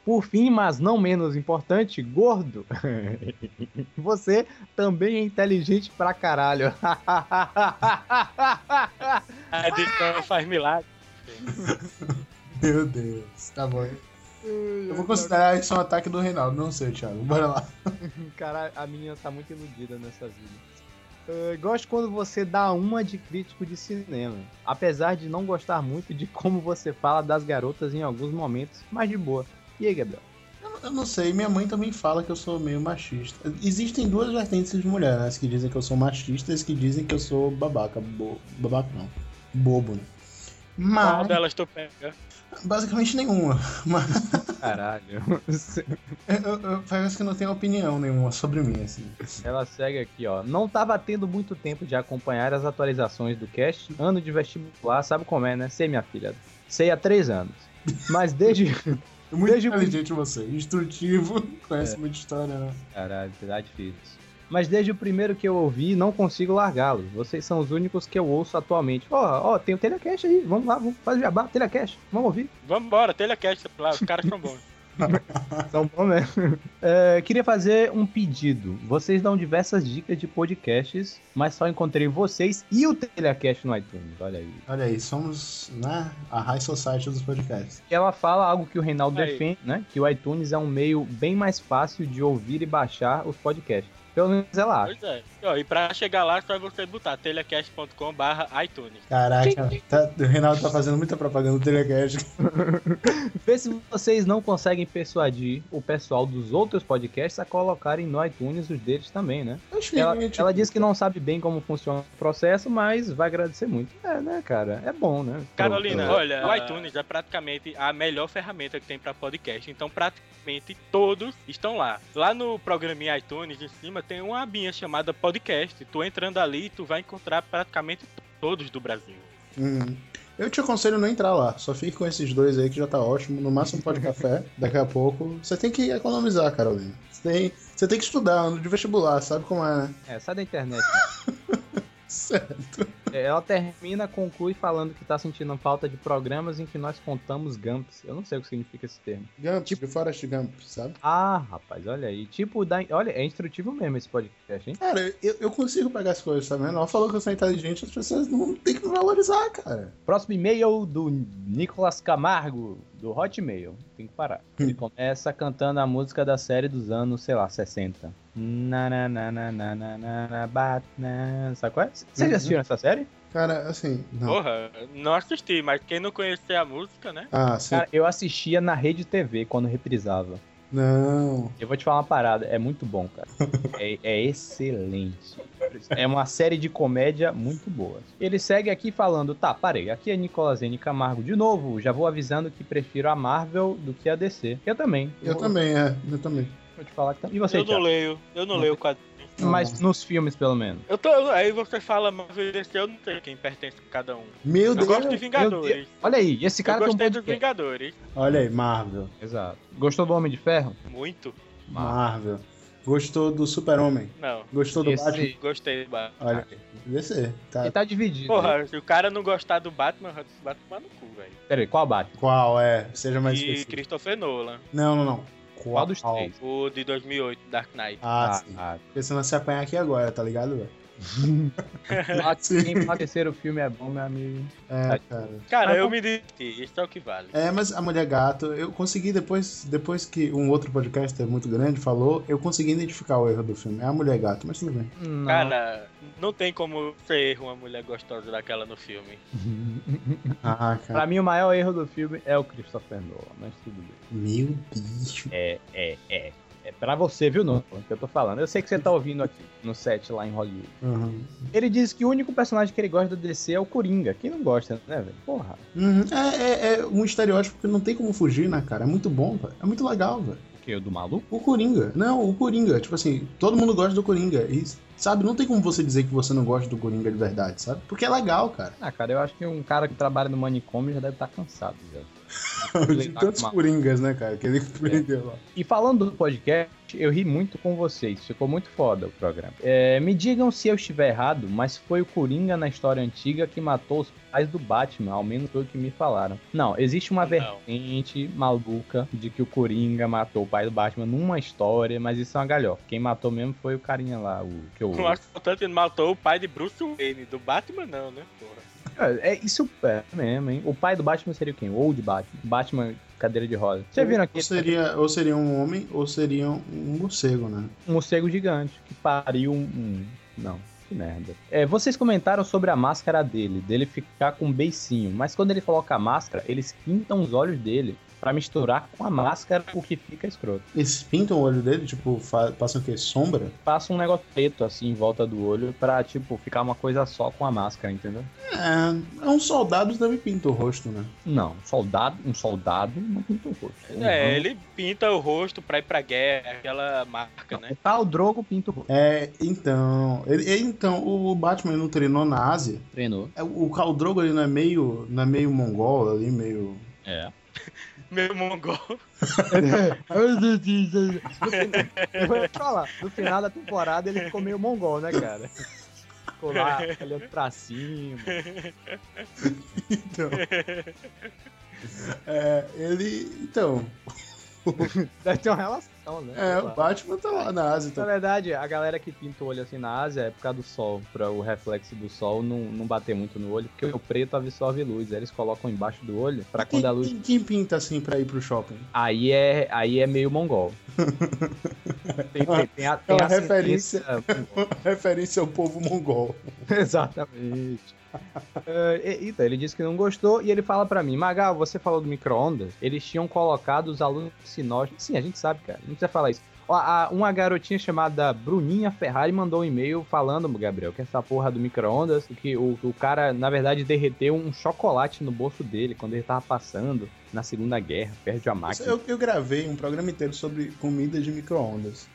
[SPEAKER 4] Por fim, mas não menos importante, gordo. Você também é inteligente pra caralho.
[SPEAKER 12] A edição faz milagre.
[SPEAKER 3] Meu Deus, tá bom. Eu vou considerar isso um ataque do Reinaldo, não sei, Thiago. Bora lá.
[SPEAKER 4] Cara, a menina tá muito iludida nessa vida. Ah, gosto quando você dá uma de crítico de cinema. Apesar de não gostar muito de como você fala das garotas em alguns momentos, mas de boa. E aí, Gabriel?
[SPEAKER 3] Eu não sei, minha mãe também fala que eu sou meio machista. Existem duas vertentes de mulher, né? As que dizem que eu sou machista e as que dizem que eu sou babaca. Bo... Babaca não. Bobo, né?
[SPEAKER 12] Qual
[SPEAKER 3] Mas,
[SPEAKER 12] delas tu pega?
[SPEAKER 3] basicamente nenhuma. Mas
[SPEAKER 4] Caralho.
[SPEAKER 3] eu- eu- parece que não tem opinião nenhuma sobre mim, assim.
[SPEAKER 4] Ela segue aqui, ó. Não tava tendo muito tempo de acompanhar as atualizações do cast. Ano de vestibular, sabe como é, né? Sei, minha filha. Sei há três anos. Mas desde.
[SPEAKER 3] Muito
[SPEAKER 4] Desde o-
[SPEAKER 3] inteligente você, instrutivo,
[SPEAKER 12] É.
[SPEAKER 3] conhece muita história, né?
[SPEAKER 4] Caralho, tá difícil. Mas desde o primeiro que eu ouvi, não consigo largá-lo. Vocês são os únicos que eu ouço atualmente. Ó, ó, tem o Telecast aí. Vamos lá, vamos fazer jabá, Telecast. Vamos ouvir.
[SPEAKER 12] Vamos embora, telha cast lá, os caras são bons.
[SPEAKER 4] São Então, bom mesmo. É, queria fazer um pedido. Vocês dão diversas dicas de podcasts, mas só encontrei vocês e o Telecast no iTunes. Olha aí.
[SPEAKER 3] Olha aí, somos né, a High Society dos podcasts.
[SPEAKER 4] E ela fala algo que o Reinaldo defende, né? Que o iTunes é um meio bem mais fácil de ouvir e baixar os podcasts. Pelo menos ela acha.
[SPEAKER 12] Pois é. E, ó, E pra chegar lá, só é você botar telecast.com barra iTunes.
[SPEAKER 3] Caraca, tá- o Reinaldo tá fazendo muita propaganda do Telecast.
[SPEAKER 4] Vê se vocês não conseguem persuadir o pessoal dos outros podcasts a colocarem no iTunes os deles também, né?
[SPEAKER 3] Oxi,
[SPEAKER 4] Ela,
[SPEAKER 3] gente.
[SPEAKER 4] ela diz que não sabe bem como funciona o processo, mas vai agradecer muito. É, né, cara? É bom, né?
[SPEAKER 12] Carolina,
[SPEAKER 4] Pro- pro-
[SPEAKER 12] olha, o iTunes é praticamente a melhor ferramenta que tem pra podcast, então praticamente todos estão lá. Lá no programinha iTunes, em cima, tem uma abinha chamada podcast. Tu entrando ali, tu vai encontrar praticamente todos do Brasil.
[SPEAKER 3] Hum. Eu te aconselho não entrar lá, só fique com esses dois aí que já tá ótimo. No máximo pode café, daqui a pouco. Você tem que economizar, Carolina. Você tem, você tem que estudar, ano de vestibular, sabe como é, né?
[SPEAKER 4] É, sai da internet. É, Ela termina, conclui falando que tá sentindo falta de programas em que nós contamos Gumps. Eu não sei o que significa esse termo.
[SPEAKER 3] Gump, tipo Forrest Gump, sabe?
[SPEAKER 4] Ah, rapaz, olha aí. Tipo, da... olha, é instrutivo mesmo esse podcast, hein?
[SPEAKER 3] Cara, eu, eu consigo pegar as coisas, tá vendo? Ela falou que eu sou inteligente, as pessoas não tem que me valorizar, cara.
[SPEAKER 4] Próximo e-mail do Nicolas Camargo, do Hotmail. Tem que parar. Ele começa cantando a música da série dos anos, sei lá, 60. Na, na, na, na, na, na, na, na, bat, na. Sabe qual é? Vocês já assistiram essa série?
[SPEAKER 3] Cara, assim, não.
[SPEAKER 12] Porra, não assisti, mas quem não conhecer a música, né?
[SPEAKER 3] Ah,
[SPEAKER 4] Cara, eu assistia na rede TV quando reprisava.
[SPEAKER 3] Não.
[SPEAKER 4] Eu vou te falar uma parada, é muito bom, cara. É, é excelente. É uma série de comédia muito boa. Ele segue aqui falando, tá, parei, aqui é Nicolas N. Camargo de novo, já vou avisando que prefiro a Marvel do que a DC. Eu também.
[SPEAKER 3] Eu também, é, eu também.
[SPEAKER 4] Vou te falar que também. E você,
[SPEAKER 12] eu não
[SPEAKER 4] Thiago?
[SPEAKER 12] leio, eu não,
[SPEAKER 4] Não.
[SPEAKER 12] leio o quadro.
[SPEAKER 4] Mas nos filmes, pelo menos.
[SPEAKER 12] Eu tô, aí você fala, mas eu não sei quem pertence a cada um.
[SPEAKER 3] Meu
[SPEAKER 12] eu
[SPEAKER 3] Deus.
[SPEAKER 12] gosto de
[SPEAKER 4] Meu Deus.
[SPEAKER 12] Vingadores.
[SPEAKER 4] Olha aí, esse cara
[SPEAKER 12] eu
[SPEAKER 4] tem um
[SPEAKER 12] gostei dos
[SPEAKER 4] podcast.
[SPEAKER 12] Vingadores.
[SPEAKER 3] Olha aí, Marvel.
[SPEAKER 4] Exato. Gostou do Homem de Ferro?
[SPEAKER 12] Muito?
[SPEAKER 3] Marvel. Gostou do Super-Homem?
[SPEAKER 12] Não.
[SPEAKER 3] Gostou do
[SPEAKER 12] Esse-
[SPEAKER 3] Batman?
[SPEAKER 12] Gostei do Batman.
[SPEAKER 3] Olha, DC. Tá.
[SPEAKER 4] dividido.
[SPEAKER 12] Porra, se o cara não gostar do Batman, vai tomar no cu, velho.
[SPEAKER 4] Peraí, qual Batman?
[SPEAKER 3] Qual é? Seja mais
[SPEAKER 12] E
[SPEAKER 3] específico.
[SPEAKER 12] Christopher Nolan.
[SPEAKER 3] Não, não, não. Qual,
[SPEAKER 4] dos três?
[SPEAKER 12] O de 2008, Dark Knight.
[SPEAKER 3] Ah, sim. Porque senão você apanhar aqui agora, tá ligado, velho?
[SPEAKER 4] ah. Quem emagrecer o filme é bom, meu amigo.
[SPEAKER 3] É, cara.
[SPEAKER 12] Cara,
[SPEAKER 3] Mas
[SPEAKER 12] eu
[SPEAKER 3] bom.
[SPEAKER 12] me diverti. Isso é o que vale.
[SPEAKER 3] É, mas a Mulher Gato, eu consegui depois, depois que um outro podcaster muito grande falou, eu consegui identificar o erro do filme. É a Mulher Gato, mas tudo bem.
[SPEAKER 12] Cara, não tem como ser uma mulher gostosa daquela no filme.
[SPEAKER 3] Ah,
[SPEAKER 4] É. Pra
[SPEAKER 3] cara.
[SPEAKER 4] mim, o maior erro do filme é o Christopher Nolan, mas tudo bem.
[SPEAKER 3] Meu bicho.
[SPEAKER 4] É, é, é. É pra você, viu, Nolan, que eu tô falando. Eu sei que você tá ouvindo aqui, no set lá em Hollywood.
[SPEAKER 3] Uhum.
[SPEAKER 4] Ele diz que o único personagem que ele gosta do DC é o Coringa. Quem não gosta, né, velho? Porra.
[SPEAKER 3] Uhum. É, é- é um estereótipo que não tem como fugir, né, cara? É muito bom, velho. É muito legal, velho.
[SPEAKER 4] O que, o do maluco?
[SPEAKER 3] O Coringa. Não, o Coringa. Tipo assim, todo mundo gosta do Coringa. E, sabe, não tem como você dizer que você não gosta do Coringa de verdade, sabe? Porque é legal, cara.
[SPEAKER 4] Ah, cara, eu acho que um cara que trabalha no manicômio já deve estar cansado, tá velho.
[SPEAKER 3] De tantos Coringas, né, cara? Que ele prendeu lá.
[SPEAKER 4] E falando do podcast, eu ri muito com vocês. Ficou muito foda o programa. É, me digam se eu estiver errado, mas foi o Coringa na história antiga que matou os pais do Batman, ao menos foi o que me falaram. Não, existe uma vertente maluca de que o Coringa matou o pai do Batman numa história, mas isso é uma galhofa. Quem matou mesmo foi o carinha lá, o que eu.
[SPEAKER 12] O assaltante matou o pai de Bruce Wayne. Do Batman, não, né, porra?
[SPEAKER 4] É, é isso é mesmo, hein? O pai do Batman seria quem? O Old Batman. Batman cadeira de roda. Vocês viram aqui?
[SPEAKER 3] Ou seria, ou seria um homem, ou seria um morcego, né?
[SPEAKER 4] um morcego gigante que pariu um. um- Não, que merda. É, vocês comentaram sobre a máscara dele, dele ficar com um beicinho, mas quando ele coloca a máscara, eles pintam os olhos dele pra misturar com a máscara, o que fica escroto.
[SPEAKER 3] Eles pintam o olho dele, tipo, fa- passam o quê? Sombra?
[SPEAKER 4] Passa um negócio preto assim em volta do olho pra, tipo, ficar uma coisa só com a máscara, entendeu?
[SPEAKER 3] É, é um soldado também pinta o rosto, né?
[SPEAKER 4] Não, soldado, um soldado não pinta o rosto.
[SPEAKER 12] É, ele pinta o rosto pra ir pra guerra, aquela marca, né?
[SPEAKER 4] Tá, o Drogo pinta o rosto.
[SPEAKER 3] É, então. Ele, ele- então, o Batman não treinou na Ásia.
[SPEAKER 4] Treinou.
[SPEAKER 3] É, O Khal Drogo ele não é meio. não é meio mongol ali, meio.
[SPEAKER 4] É.
[SPEAKER 12] Meu mongol.
[SPEAKER 4] Eu vou falar, no final da temporada ele ficou meio mongol, né, cara? Ficou lá olhando pra cima.
[SPEAKER 3] Então. É, ele. Então. O
[SPEAKER 4] Deve ter uma relação, né?
[SPEAKER 3] É, o Batman tá lá na Ásia. Tá...
[SPEAKER 4] Na verdade, a galera que pinta o olho assim na Ásia é por causa do sol, pra o reflexo do sol não, não bater muito no olho, porque o preto absorve luz, aí eles colocam embaixo do olho pra quando a Tá luz.
[SPEAKER 3] Quem, quem pinta assim pra ir pro shopping?
[SPEAKER 4] Aí é, aí é meio mongol. Tem, tem, tem a,
[SPEAKER 3] É
[SPEAKER 4] tem
[SPEAKER 3] uma
[SPEAKER 4] a
[SPEAKER 3] referência,
[SPEAKER 4] sentença-
[SPEAKER 3] uma referência ao povo mongol.
[SPEAKER 4] Exatamente. É, e- então, ele disse que não gostou e ele fala pra mim: Magal, você falou do micro-ondas? Eles tinham colocado os alucinógenos. Sim, a gente sabe, cara, não precisa falar isso. Ó, a- uma garotinha chamada Bruninha Ferrari mandou um e-mail falando, Gabriel, que essa porra do micro-ondas, que o, o cara, na verdade, derreteu um chocolate no bolso dele quando ele tava passando na Segunda Guerra, perto de a máquina.
[SPEAKER 3] Eu, eu gravei um programa inteiro sobre comida de micro-ondas.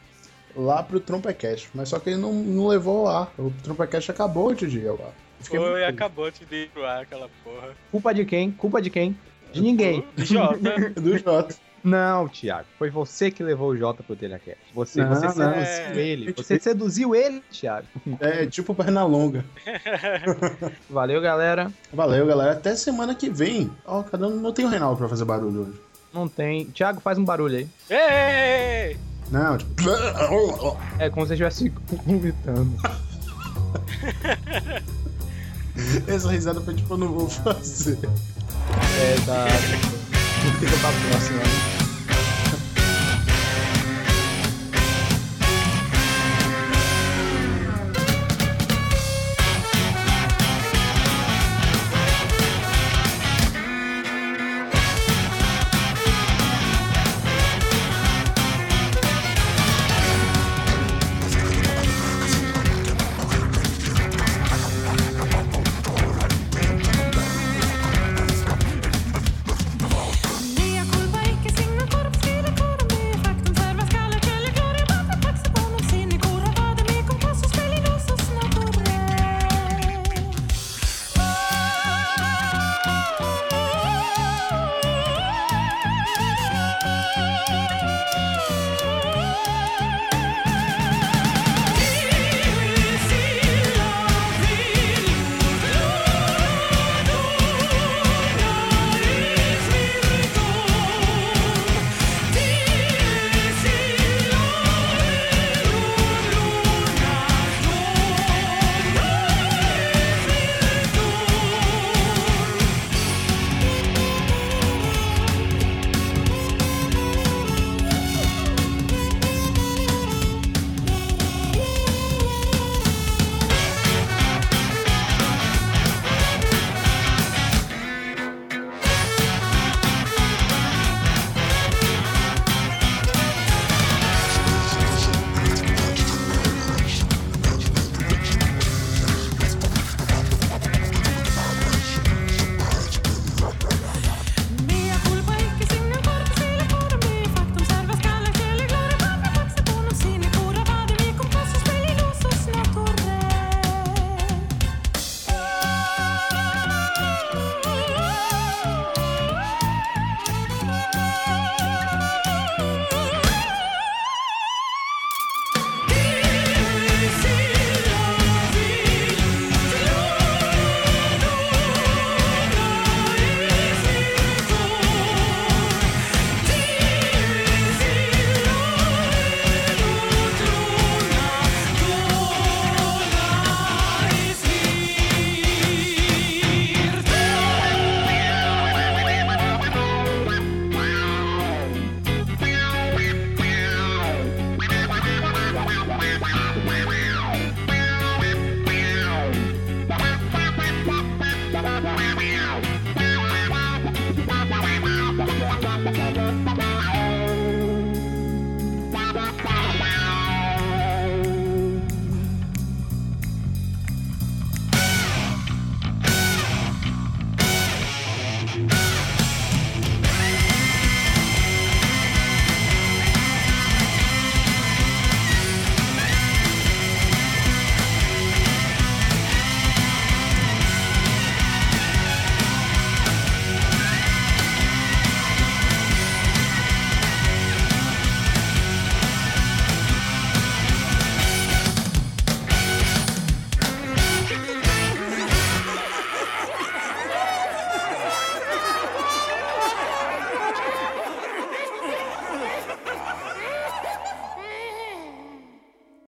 [SPEAKER 3] Lá pro Trompecast, mas só que ele não, não levou lá. O Trompecast acabou outro dia lá. Fiquei muito
[SPEAKER 12] Foi,
[SPEAKER 3] triste.
[SPEAKER 12] acabou de ir pro ar aquela porra.
[SPEAKER 4] Culpa de quem? Culpa de quem? De ninguém.
[SPEAKER 12] De Jota.
[SPEAKER 3] Do Jota.
[SPEAKER 4] Não, Thiago. Foi você que levou o Jota pro Telhacast. Você,
[SPEAKER 3] Não,
[SPEAKER 4] você
[SPEAKER 3] não.
[SPEAKER 4] seduziu
[SPEAKER 3] É.
[SPEAKER 4] ele. Você seduziu ele, Thiago.
[SPEAKER 3] É tipo perna longa.
[SPEAKER 4] Valeu, galera.
[SPEAKER 3] Valeu, galera. Até semana que vem. Ó, cada um não tem o Reinaldo pra fazer barulho hoje.
[SPEAKER 4] Não tem. Thiago, faz um barulho aí.
[SPEAKER 12] Ei!
[SPEAKER 3] Não, tipo.
[SPEAKER 4] É como se eu estivesse vomitando.
[SPEAKER 3] Essa risada foi tipo, eu não vou fazer.
[SPEAKER 4] É, tá. Fica pra próxima. né?